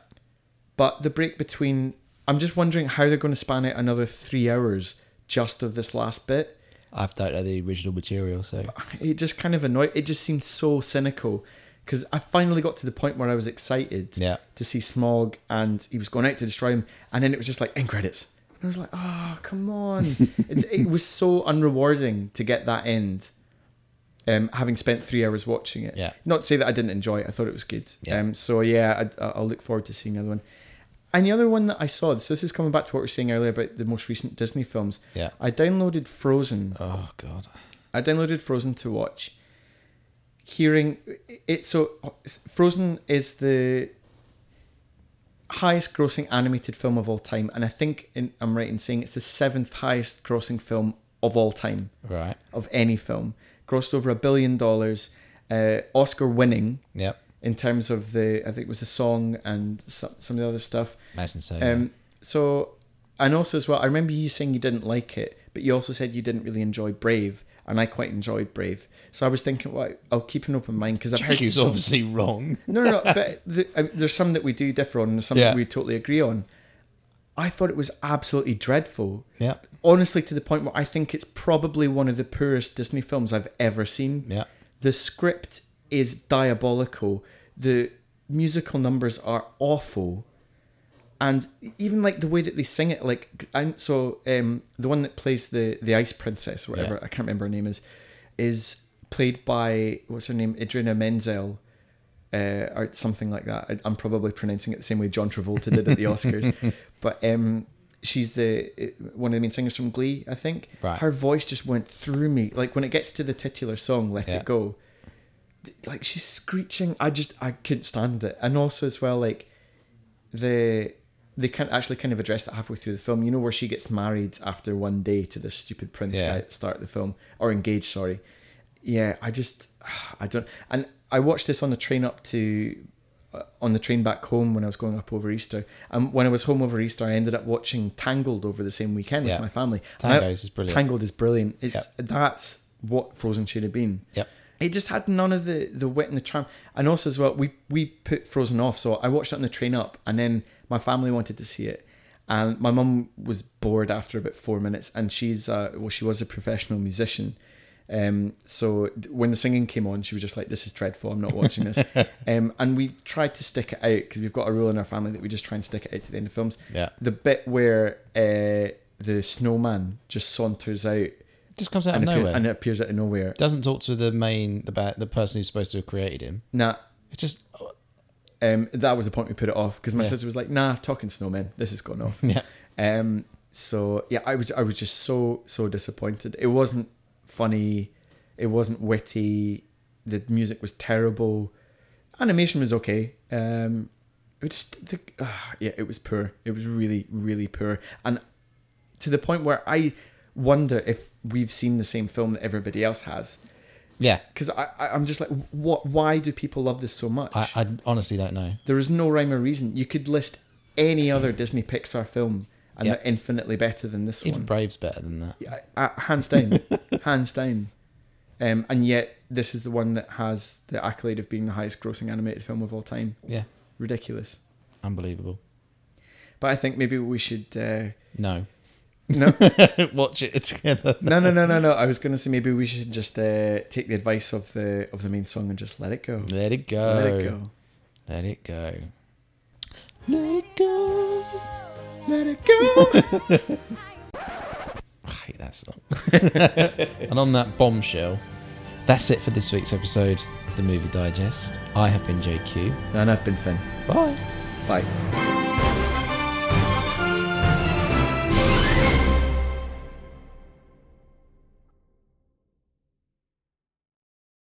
[SPEAKER 2] but the break between I'm just wondering how they're going to span out another three hours just of this last bit.
[SPEAKER 1] I've don't know the original material, so
[SPEAKER 2] It just kind of annoyed. It just seemed so cynical because I finally got to the point where I was excited
[SPEAKER 1] yeah.
[SPEAKER 2] to see Smog and he was going out to destroy him, and then it was just like end credits. And I was like, "Ah, oh come on! it's, it was so unrewarding to get that end. Um, having spent three hours watching it,
[SPEAKER 1] Yeah.
[SPEAKER 2] not to say that I didn't enjoy it, I thought it was good.
[SPEAKER 1] Yeah.
[SPEAKER 2] Um, so yeah, I, I'll look forward to seeing another one. And the other one that I saw, so this is coming back to what we were saying earlier about the most recent Disney films.
[SPEAKER 1] Yeah.
[SPEAKER 2] I downloaded Frozen.
[SPEAKER 1] Oh god.
[SPEAKER 2] I downloaded Frozen to watch. Hearing it, so Frozen is the highest grossing animated film of all time, and I think in, I'm right in saying it's the seventh highest grossing film of all time
[SPEAKER 1] Right.
[SPEAKER 2] of any film, grossed over a billion dollars, uh, Oscar winning
[SPEAKER 1] Yep.
[SPEAKER 2] in terms of the I think it was the song and some, some of the other stuff.
[SPEAKER 1] Imagine so.
[SPEAKER 2] Um, so, and also as well, I remember you saying you didn't like it, but you also said you didn't really enjoy Brave, and I quite enjoyed Brave. So I was thinking, well, I'll keep an open mind because I've
[SPEAKER 1] yeah.
[SPEAKER 2] heard
[SPEAKER 1] He's
[SPEAKER 2] so-
[SPEAKER 1] obviously wrong.
[SPEAKER 2] No, no, no. but the, I mean, there's some that we do differ on, and some
[SPEAKER 1] Yeah.
[SPEAKER 2] that we totally agree on. I thought it was absolutely dreadful.
[SPEAKER 1] Yep.
[SPEAKER 2] Honestly, to the point where I think it's probably one of the poorest Disney films I've ever seen.
[SPEAKER 1] Yeah.
[SPEAKER 2] The script is diabolical. The musical numbers are awful. And even like the way that they sing it, like and so um the one that plays the the ice princess or whatever, I can't remember her name is, is played by what's her name, Idrina Menzel, uh, or something like that. I, I'm probably pronouncing it the same way John Travolta did at the Oscars, but um she's the uh, one of the main singers from Glee, I think.
[SPEAKER 1] Right.
[SPEAKER 2] Her voice just went through me. Like when it gets to the titular song, Let
[SPEAKER 1] Yeah.
[SPEAKER 2] It Go, like she's screeching. I just I couldn't stand it. And also as well, like the they can't actually kind of address that halfway through the film. You know where she gets married after one day to this stupid prince
[SPEAKER 1] Yeah.
[SPEAKER 2] guy at the start of the film, or engaged, sorry. Yeah, I just I don't. And I watched this on the train up to uh, on the train back home when I was going up over Easter. And when I was home over Easter, I ended up watching Tangled over the same weekend
[SPEAKER 1] Yeah.
[SPEAKER 2] with my family. And I-
[SPEAKER 1] Tango's is brilliant.
[SPEAKER 2] Tangled is brilliant. It's that's what Frozen should have been.
[SPEAKER 1] Yep.
[SPEAKER 2] It just had none of the the wit and the charm. And also as well, we we put Frozen off, so I watched it on the train up, and then my family wanted to see it, and my mum was bored after about four minutes, and she's uh, well, she was a professional musician. Um, so th- when the singing came on, she was just like, "This is dreadful. I'm not watching this." um, and we tried to stick it out because we've got a rule in our family that we just try and stick it out to the end of films.
[SPEAKER 1] Yeah.
[SPEAKER 2] The bit where uh, the snowman just saunters out
[SPEAKER 1] Just comes out of
[SPEAKER 2] and, appear-
[SPEAKER 1] nowhere.
[SPEAKER 2] and it appears out of nowhere.
[SPEAKER 1] Doesn't talk to the main the ba- the person who's supposed to have created him.
[SPEAKER 2] Nah,
[SPEAKER 1] It just
[SPEAKER 2] um, that was the point we put it off because my
[SPEAKER 1] Yeah.
[SPEAKER 2] sister was like, "Nah, talking snowmen, this has gone off."
[SPEAKER 1] yeah.
[SPEAKER 2] Um, so yeah, I was I was just so so disappointed. It wasn't funny, it wasn't witty. The music was terrible. Animation was okay. Um, it was just the, ah, yeah, it was poor. It was really really poor, and to the point where I wonder if we've seen the same film that everybody else has.
[SPEAKER 1] Yeah.
[SPEAKER 2] Because I, I I'm just like, what? Why do people love this so much?
[SPEAKER 1] I, I honestly don't know.
[SPEAKER 2] There is no rhyme or reason. You could list any other Disney Pixar film, and
[SPEAKER 1] Yeah.
[SPEAKER 2] they're infinitely better than this
[SPEAKER 1] Even
[SPEAKER 2] one.
[SPEAKER 1] Brave's better than that.
[SPEAKER 2] Yeah, uh, hands down, hands down. Um, and yet, this is the one that has the accolade of being the highest-grossing animated film of all time.
[SPEAKER 1] Yeah.
[SPEAKER 2] Ridiculous.
[SPEAKER 1] Unbelievable.
[SPEAKER 2] But I think maybe we should. Uh,
[SPEAKER 1] No.
[SPEAKER 2] no,
[SPEAKER 1] Watch it together.
[SPEAKER 2] no, no, no, no, no. I was going to say maybe we should just uh, take the advice of the of the main song and just let it go.
[SPEAKER 1] Let it go.
[SPEAKER 2] Let it go.
[SPEAKER 1] Let it go. Let it go.
[SPEAKER 2] Let it go.
[SPEAKER 1] I hate that song. and on that bombshell, that's it for this week's episode of the Movie Digest. I have been JQ.
[SPEAKER 2] and I've been Finn.
[SPEAKER 1] Bye.
[SPEAKER 2] Bye.
[SPEAKER 3] Thank